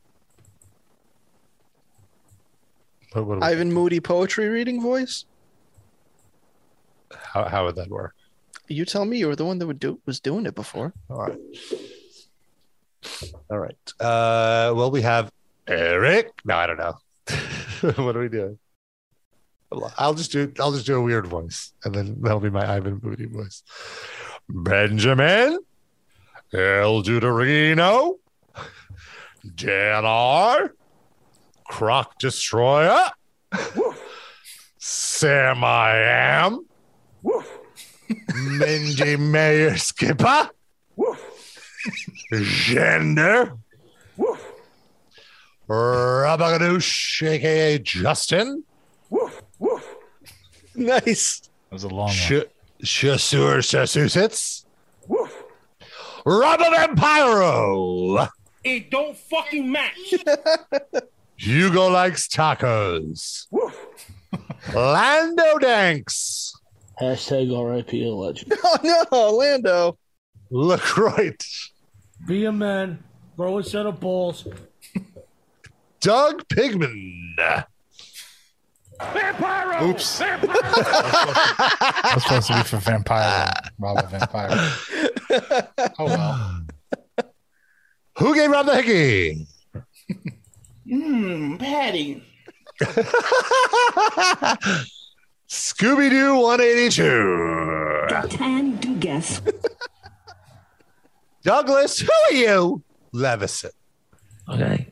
What, what, Ivan Moody poetry reading voice. how, how would that work? You tell me you were the one that would do was doing it before. All right. All right. Uh, well, we have Eric. No, I don't know. what are we doing? I'll just do. I'll just do a weird voice, and then that'll be my Ivan Moody voice. Benjamin, El Duderino, Dan R, Croc Destroyer, Sam I Am, Mindy Mayor Skipper, Gender, Rabagadoosh, aka Justin. Nice. That was a long Sh- Shasur Sassusets. Robert Empiro. It don't fucking match. Hugo likes tacos. Lando Danks. Hashtag RIP legend. Oh no, Lando. LaCroix. Be a man. Grow a set of balls. Doug Pigman. Vampiro! Oops. Vampiro! That's supposed to be for Vampire. Robert Vampire. Oh well. Who gave Rob the hickey? Mmm, Patty. Scooby Doo 182. Can do guess. Douglas, who are you? Levison. Okay.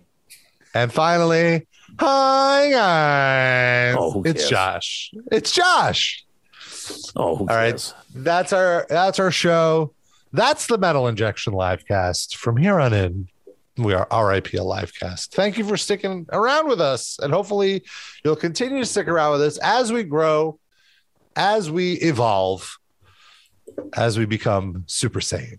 And finally, hi guys. Oh, who it's cares? Josh. It's Josh. Oh, all right. That's our that's our show. That's the Metal Injection Livecast. From here on in, we are RIP a Livecast. Thank you for sticking around with us, and hopefully, you'll continue to stick around with us as we grow, as we evolve, as we become Super Saiyan.